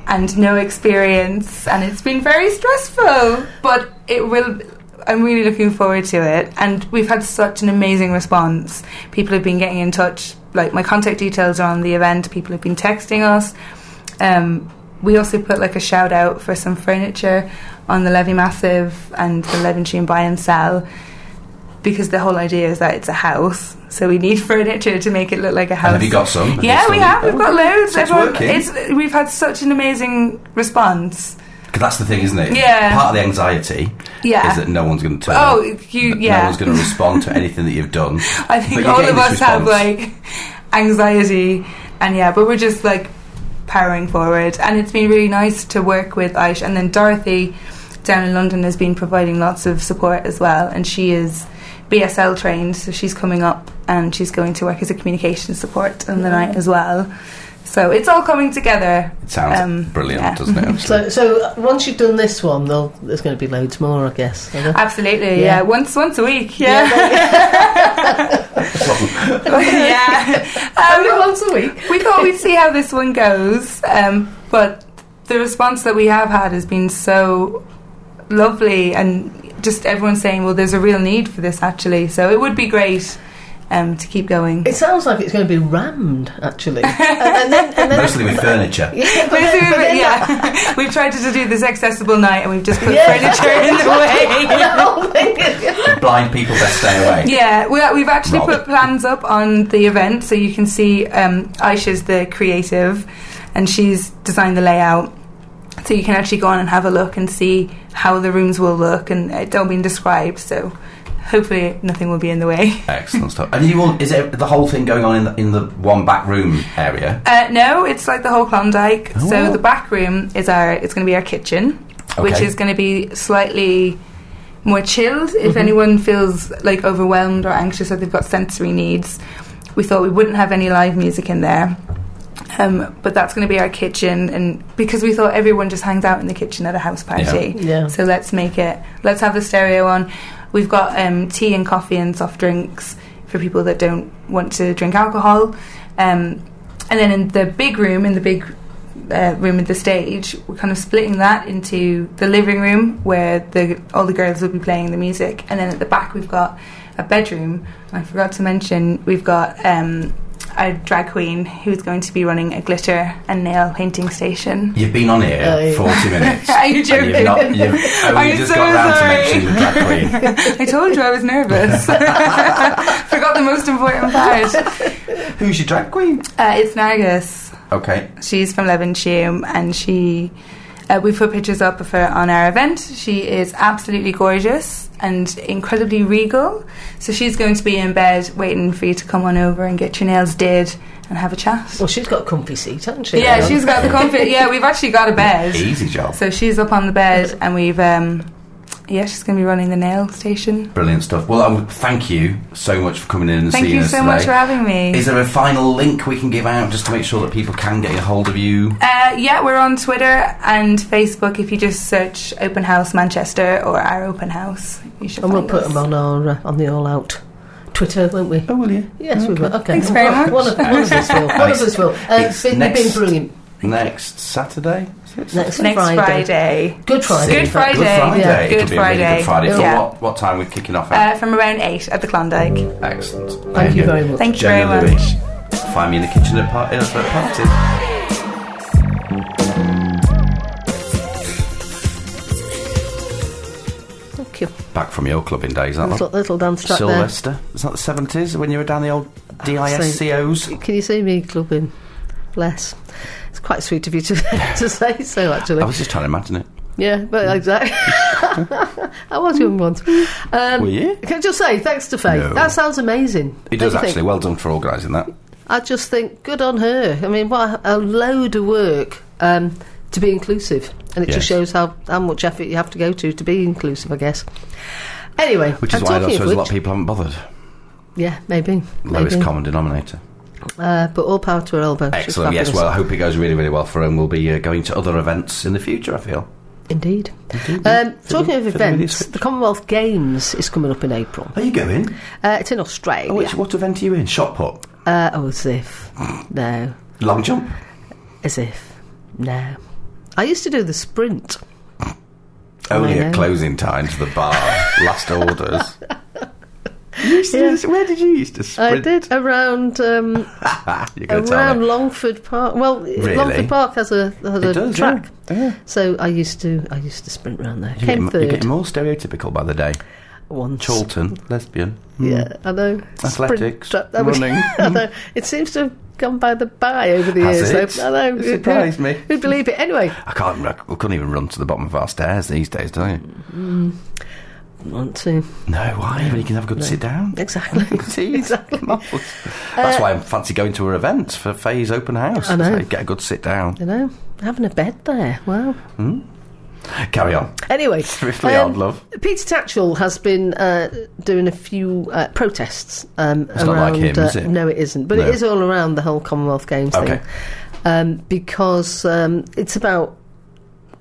G: and no experience, and it's been very stressful. But it will. I'm really looking forward to it, and we've had such an amazing response. People have been getting in touch. Like my contact details are on the event. People have been texting us. Um, we also put like a shout out for some furniture on the Levy Massive and the Levantine Buy and Sell because the whole idea is that it's a house, so we need furniture to make it look like a house.
A: have you got some? Have
G: Yeah,
A: you
G: we
A: some?
G: have. We've got loads.
A: So it's
G: Everyone-
A: working.
G: it's- we've had such an amazing response.
A: Because that's the thing, isn't it?
G: Yeah.
A: Part of the anxiety
G: Yeah.
A: is that no one's going to turn
G: Oh,
A: up.
G: you-
A: That
G: yeah.
A: No one's going to respond to anything that you've done.
G: I
A: But
G: think
A: you're
G: all
A: getting
G: of
A: this
G: us have
A: response.
G: like anxiety, and yeah, but we're just like powering forward. And it's been really nice to work with Aish, and then Dorothy down in London has been providing lots of support as well. And she is BSL trained, so she's coming up and she's going to work as a communication support on the night as well. So it's all coming together.
A: It sounds
G: um,
A: brilliant,
G: yeah.
A: doesn't it? Absolutely.
B: So, so uh, once you've done this one, there'll, there's going to be loads more, I guess. are there?
G: Absolutely,
B: Yeah.
G: yeah. Once once a week, yeah. Yeah.
B: Only
G: Um,
B: once a week.
G: we thought we'd see how this one goes, um, but the response that we have had has been so lovely, and just everyone saying, "Well, there's a real need for this actually." So it would be great um, to keep going.
B: It sounds like it's going to be rammed, actually. and, and then, and then,
A: Mostly with furniture.
B: yeah, but
G: We've-
B: then- but then that-
G: yeah, we've tried to do this accessible night, and we've just put
B: Yeah.
G: furniture in the way.
B: that whole thing.
A: Blind people best stay away.
G: Yeah, we, we've actually
A: Rob.
G: put plans up on the event so you can see um, Aisha's the creative and she's designed the layout. So you can actually go on and have a look and see how the rooms will look and it's all been described. So hopefully nothing will be in the way.
A: Excellent stuff. And you all, is it the whole thing going on in the, in the one back room area?
G: Uh, no, it's like the whole Klondike.
A: Oh.
G: So the back room is our. It's going to be our kitchen, which
A: Okay.
G: is going to be slightly more chilled. If
A: Mm-hmm.
G: anyone feels like overwhelmed or anxious or they've got sensory needs, we thought we wouldn't have any live music in there. Um, but that's going to be our kitchen, and because we thought everyone just hangs out in the kitchen at a house party,
B: Yeah.
G: so let's make it. Let's have the stereo on. We've got um, tea and coffee and soft drinks for people that don't want to drink alcohol. Um, and then in the big room, in the big uh, room with the stage, we're kind of splitting that into the living room where the all the girls will be playing the music, and then at the back we've got a bedroom. I forgot to mention we've got um, a drag queen who's going to be running a glitter and nail painting station.
A: You've been on here
B: Oh, yeah.
A: 40 minutes.
G: Are
A: and
G: you
A: you've
G: joking?
A: not, you've only
G: I'm
A: just
G: so
A: got round
G: sorry.
A: to mentioning the drag queen.
G: I told you I was nervous. Forgot the most important part.
A: Who's your drag queen?
G: Uh, it's Nargis.
A: Okay.
G: She's from Levenshulme, and she. Uh, we put pictures up of her on our event. She is absolutely gorgeous and incredibly regal. So she's going to be in bed waiting for you to come on over and get your nails did and have a chat.
B: Well, she's got a comfy seat, hasn't she?
G: Yeah, she's got the comfort. Yeah, we've actually got a bed.
A: Easy job.
G: So she's up on the bed, and we've. Um, yeah, she's going to be running the nail station.
A: Brilliant stuff. Well, um, thank you so much for coming in and
G: Thank
A: seeing
G: you
A: us
G: so
A: today.
G: much for having me.
A: Is there a final link we can give out just to make sure that people can get a hold of you?
G: Uh, yeah, we're on Twitter and Facebook. If you just search Open House Manchester or our Open House, you should.
B: And we'll
G: find
B: put
G: us.
B: them on our uh, on the all out Twitter, won't we?
A: Oh, will you?
B: Yes, we will. Okay.
G: Thanks very much.
B: One of, one of us will. One of us will. Uh,
A: It's
B: it's been,
A: next-
B: been brilliant.
A: Next Saturday?
B: Next,
G: next Friday.
B: Good Friday.
A: Good
G: Good Friday.
A: Friday.
B: Yeah.
A: It
G: Good
A: could be a really
G: Friday.
A: good Friday. So
G: Yeah.
A: what, what time we're kicking off at?
G: Uh, from around eight at the Klondike.
A: Excellent.
B: Thank you very much.
G: Thank you
A: Jenna
G: very much.
A: Lewis. Find me in the kitchen at part- at parties.
B: thank you.
A: Back from your clubbing days, that
B: Little,
A: one.
B: little dance track
A: Sylvester. Is that the seventies when you were down the old DISCOs?
B: there. Can you see me clubbing? Bless. It's quite sweet of you to, to say so, actually.
A: I was just trying to imagine it.
B: Yeah,
A: Hmm.
B: but exactly. I was young once. Um,
A: Were you?
B: Can I just say thanks to Faye?
A: No.
B: That sounds amazing.
A: It
B: Don't
A: does
B: you think?
A: actually. Well done for organising that.
B: I just think good on her. I mean, what a load of work um, to be inclusive, and it
A: Yes.
B: just shows how, how much effort you have to go to to be inclusive, I guess. Anyway,
A: Which is
B: and
A: why I
B: talking
A: suppose
B: of
A: a lot of
B: which-
A: people haven't bothered.
B: Yeah, maybe.
A: Lowest
B: maybe.
A: common denominator.
B: Uh, but all power to her elbow. She's
A: Excellent. Yes.
B: fabulous.
A: Well, I hope it goes really, really well for her, and we'll be uh, going to other events in the future. I feel.
B: indeed. Um, talking of
A: for the video
B: events,
A: switch.
B: the Commonwealth Games is coming up in April.
A: Are you going?
B: Uh, it's in Australia.
A: Oh, which, what event are you in? Shot put,
B: Uh, oh, as if. No.
A: long jump.
B: As if. No. I used to do the sprint.
A: Only at
B: know.
A: Oh, closing time to the bar. Last orders. You used to- Where did you used to sprint?
B: I did around um,
A: Ah, You're going to tell
B: around
A: me.
B: Longford Park. Well,
A: Really?
B: Longford Park has a has a
A: it does, yeah.
B: track.
A: yeah.
B: So I used to I used to sprint around there.
A: You
B: Came
A: get, you
B: third
A: get more stereotypical by the day.
B: once.
A: Chorlton, lesbian.
B: Yeah, I know.
A: mm, Athletics,
B: Sprint tra- I mean,
A: running.
B: I know. It seems to have gone by the by over the
A: Has
B: years.
A: it?
B: though. I know.
A: It surprised
B: Who-
A: me.
B: Who'd believe it? Anyway,
A: I can't. remember- I couldn't even run to the bottom of our stairs these days, do you?
B: want to
A: No, why? When you can have a good sit down.
B: exactly.
A: Jeez.
B: Exactly. Uh,
A: That's why I fancy going to her event for Faye's open house.
B: I know.
A: So get a good sit down.
B: You know, having a bed there. Wow.
A: Carry on.
B: Anyway, um,
A: Swiftly on, love.
B: Peter Tatchell has been uh, doing a few uh, protests. Um,
A: It's
B: around,
A: not like him,
B: uh,
A: is it?
B: No, it isn't. But
A: No.
B: it is all around the whole Commonwealth Games
A: Okay.
B: thing. Um, because um, it's about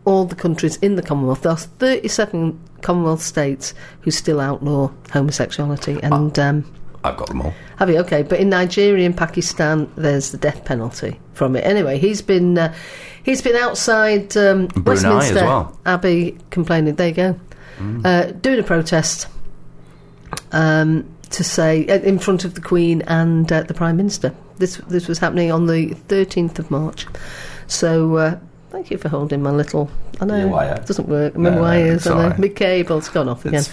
B: all the countries in the Commonwealth. There are 37 Commonwealth states who still outlaw homosexuality.
A: Ah.
B: And um,
A: I've got them all.
B: have you? Okay, but in Nigeria and Pakistan, there's the death penalty from it. Anyway, he's been uh, he's been outside um,
A: Brunei as
B: Westminster
A: well. Mm.
B: Abbey complaining. There you go, uh, doing a protest um, to say uh, in front of the Queen and uh, the Prime Minister. This this was happening on the 13th of March. So. Uh, Thank you for holding my little. I know
A: Your wire.
B: it doesn't work. My
A: No,
B: wires.
A: it's
B: I
A: all
B: know.
A: right.
B: My cable's gone off again.
A: It's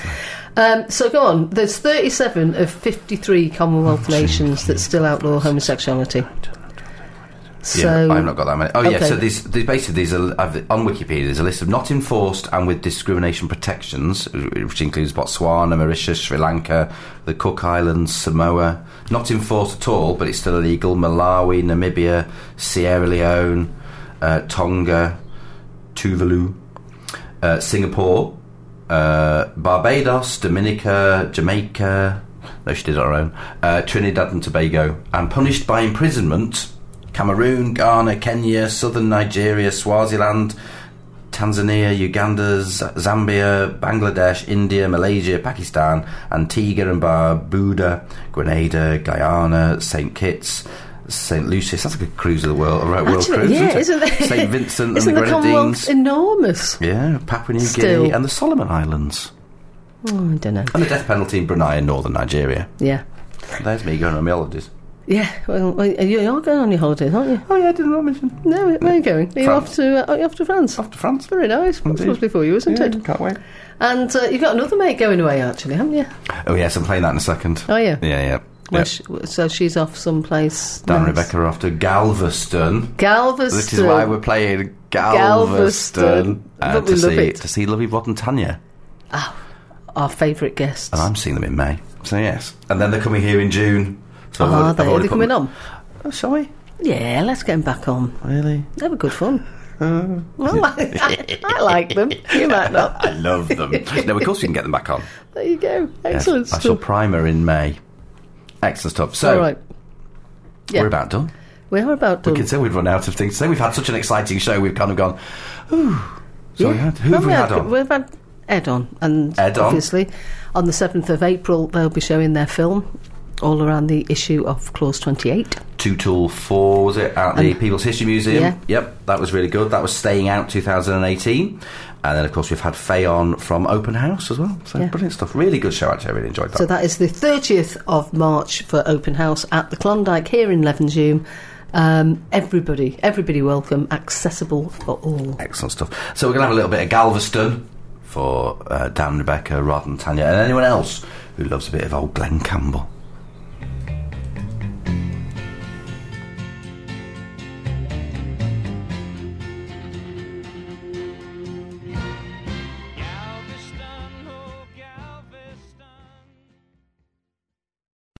B: Um, so go on. There's 37 of 53
A: Oh,
B: Commonwealth nations that still outlaw homosexuality. So
A: yeah, I've not got that many. Oh yeah,
B: Okay.
A: so these, these basically these are I've, on Wikipedia. There's a list of not enforced and with discrimination protections, which includes Botswana, Mauritius, Sri Lanka, the Cook Islands, Samoa. Not enforced at all, but it's still illegal. Malawi, Namibia, Sierra Leone, uh, Tonga, Tuvalu, uh, Singapore, uh, Barbados, Dominica, Jamaica. No, she did it on her own. Uh, Trinidad and Tobago, and punished by imprisonment. Cameroon, Ghana, Kenya, southern Nigeria, Swaziland, Tanzania, Uganda, Z- Zambia, Bangladesh, India, Malaysia, Pakistan, Antigua and Barbuda, Grenada, Guyana, St. Kitts, St. Lucia. That's a good cruise of the world, a right, world
B: actually,
A: cruise. isn't
B: yeah, isn't
A: it?
B: it?
A: St. Vincent
B: isn't
A: and the,
B: the
A: Grenadines.
B: Commonwealth enormous?
A: yeah, Papua New
B: Still.
A: Guinea and the Solomon Islands.
B: Oh, I don't know.
A: And the death penalty in Brunei and northern Nigeria.
B: Yeah,
A: There's me going on my holidays.
B: yeah. Well, well, you you are going on your holidays, aren't you?
A: Oh, yeah, I didn't want to mention.
B: No, where are you going? Are you
A: France.
B: off to? Uh, are you off to France?
A: Off to France.
B: Very nice. That's
A: Indeed.
B: lovely for you, isn't
A: Yeah,
B: it?
A: Can't wait.
B: And uh, you've got another mate going away, actually, haven't you?
A: Oh, yes, I'm playing that in a second.
B: Oh, yeah.
A: Yeah, yeah.
B: Well,
A: yeah.
B: she- so she's off someplace.
A: Dan and
B: nice.
A: Rebecca are off to Galveston.
B: Galveston.
A: Which is why we're playing Galveston,
B: Galveston.
A: uh,
B: But we
A: to
B: love
A: see
B: it.
A: to see Lovey Rod and Tanya,
B: our favourite guests.
A: and I'm seeing them in May. So yes, and then they're coming here in June. So I've
B: are
A: already-
B: Ah, they?
A: I've
B: Are
A: already
B: they
A: put
B: coming
A: them-
B: on?
A: Oh, sorry,
B: Yeah, let's get them back on.
A: really? Oh.
B: They were good fun. well, I, I, I like them. You might not.
A: I love them. no, of course we can get them back on.
B: There you go.
A: Yes.
B: Excellent
A: I shall
B: stuff.
A: primer in May. Excellent stuff. So
B: All right, yeah.
A: we're about done.
B: we are about
A: We
B: done.
A: can say we've run out of things. Say we've had such an exciting show. We've kind of gone. Ooh. So we had, who
B: Well,
A: have we had on?
B: We've had Ed on, and
A: Ed on.
B: obviously on the seventh of April they'll be showing their film all around the issue of Clause Twenty Eight.
A: Two Tool Four was it at the People's History Museum?
B: Yeah.
A: Yep, that was really good. That was Staying Out 2018, and then of course we've had Faye on from Open House as well. So
B: Yeah.
A: brilliant stuff. Really good show. Actually, I really enjoyed that.
B: So that is the thirtieth of March for open house at the Klondike here in Levenshulme. Um, everybody, everybody welcome, accessible for all.
A: Excellent stuff. So we're gonna have a little bit of Galveston. for uh, Dan, Rebecca, Rod, and Tanya, and anyone else who loves a bit of old Glenn Campbell.